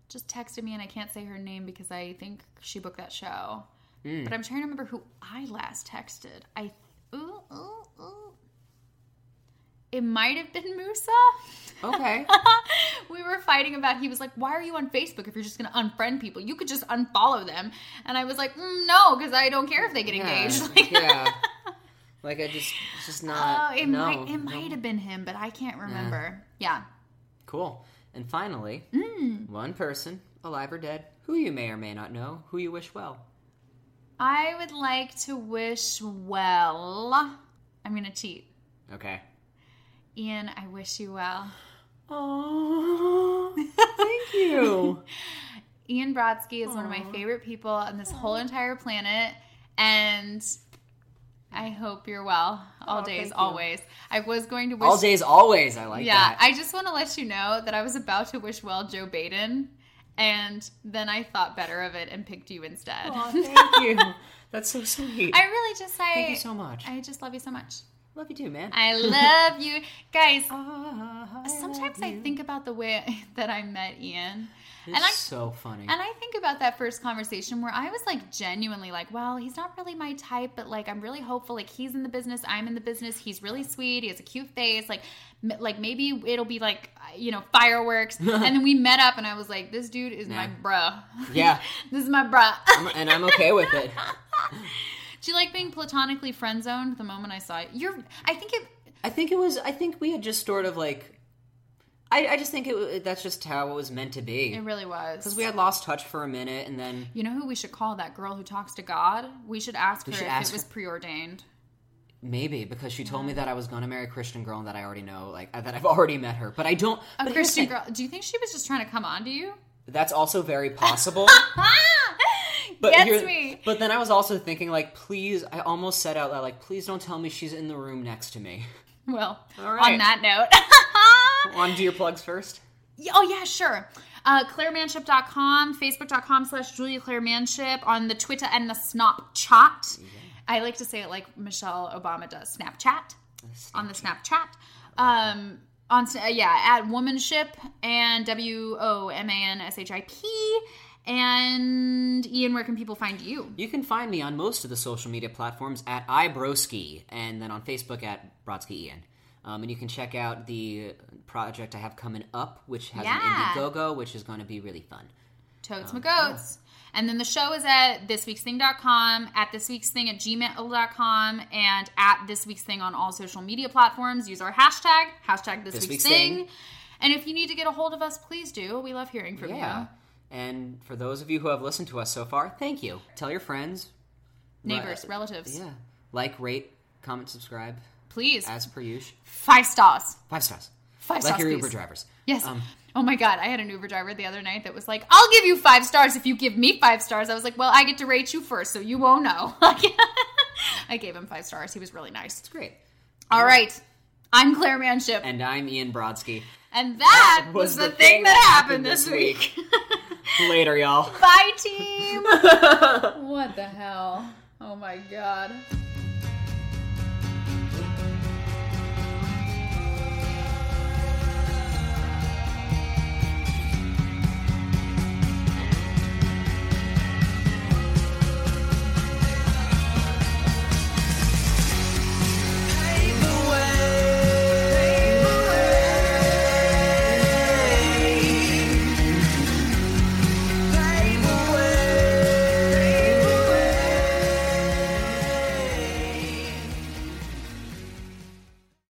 just texted me, and I can't say her name because I think she booked that show. But I'm trying to remember who I last texted. I ooh ooh ooh. It might have been Musa.
Okay.
we were fighting about. He was like, "Why are you on Facebook if you're just going to unfriend people? You could just unfollow them." And I was like, mm, "No, because I don't care if they get engaged." Like,
yeah. Like I just, it's just not.
oh, it
Uh, no,
might it
no.
might have been him, but I can't remember. Yeah.
Cool. And finally,
Hmm.
one person, alive or dead, who you may or may not know, who you wish well.
I would like to wish well. I'm going to cheat.
Okay.
Ian, I wish you well.
Oh, thank you.
Ian Brodsky is one of my favorite people on this whole entire planet. And I hope you're well
Aw,
all days,
thank you.
always. I was going to wish.
All days, always. I like
yeah,
that.
I just want to let you know that I was about to wish well Joe Baden, and then I thought better of it and picked you instead.
Aw,
I
thank you.
That's so sweet.
really just I
Thank you so much.
I just love you so much.
love you too, man.
I love you guys.
Ah,
Sometimes
love
I
you.
think about the way that I met Ian.
it's
and I-
so funny.
And I think about that first conversation where I was like genuinely like, well, he's not really my type, but like I'm really hopeful. Like he's in the business, I'm in the business. He's really sweet. He has a cute face. Like, m- like maybe it'll be like you know fireworks. and then we met up, and I was like, this dude is my
Nah.
bruh.
yeah,
this is my bruh.
I'm, and I'm okay with it.
Do you like being platonically friend zoned? The moment I saw it, you're. I think it.
I think it was. I think we had just sort of like. I, I just think it. wa- That's just how it was meant to
It
be.
really was.
Because we had lost touch for a minute, and then
you know who we should call that girl who talks to God? We should ask her
should
if
ask
it was
her.
preordained.
maybe because she told me that I was gonna marry a Christian girl and that I already know, like that I've already met her, but I don't.
A
but here's
Christian
the thing,
girl. Do you think she was just trying to come on to you?
That's also very possible.
but
But
gets
here-
me.
But then I was also thinking, like, please. I almost said out loud, like, please don't tell me she's in the room next to me.
Well,
All right.
on that note.
Want to do your plugs first?
Yeah, oh, yeah, sure. Uh, ClaireManship.com, Facebook.com slash Julia Claire Manship, on the Twitter and the Snapchat. I like to say it like Michelle Obama does Snapchat. On the Snapchat. Um, on s- uh, Yeah, at Womanship and W O M A N S H I P. And Ian, where can people find you?
You can find me on most of the social media platforms at iBroski, and then on Facebook at Brodsky Ian. Um, and you can check out the project I have coming up, which has
Yeah.
an Indiegogo, which is going to be really fun.
Totes my goats. And then the show is at thisweeksthing.com, at thisweeksthing at gmail.com, and at thisweeksthing on all social media platforms. Use our hashtag, hashtag thisweeksthing.
Thisweeksthing.
And if you need to get a hold of us, please do. We love hearing from
Yeah.
you.
And for those of you who have listened to us so far, thank you. Tell your friends.
Neighbors,
Right.
relatives,
Yeah. Like, rate, comment, subscribe,
please.
as per usual.
Five stars.
Five stars.
Five
like
stars,
your
please.
Uber drivers.
Yes.
Um,
oh my God. I had an Uber driver the other night that was like, I'll give you five stars if you give me five stars. I was like, well, I get to rate you first, so you won't know. I gave him five stars. He was really nice.
It's great.
All right. I'm Claire Manship.
And I'm Ian Brodsky.
And that, was, the, thing, that happened this week.
Later, y'all.
Bye, team. what the hell? Oh my god.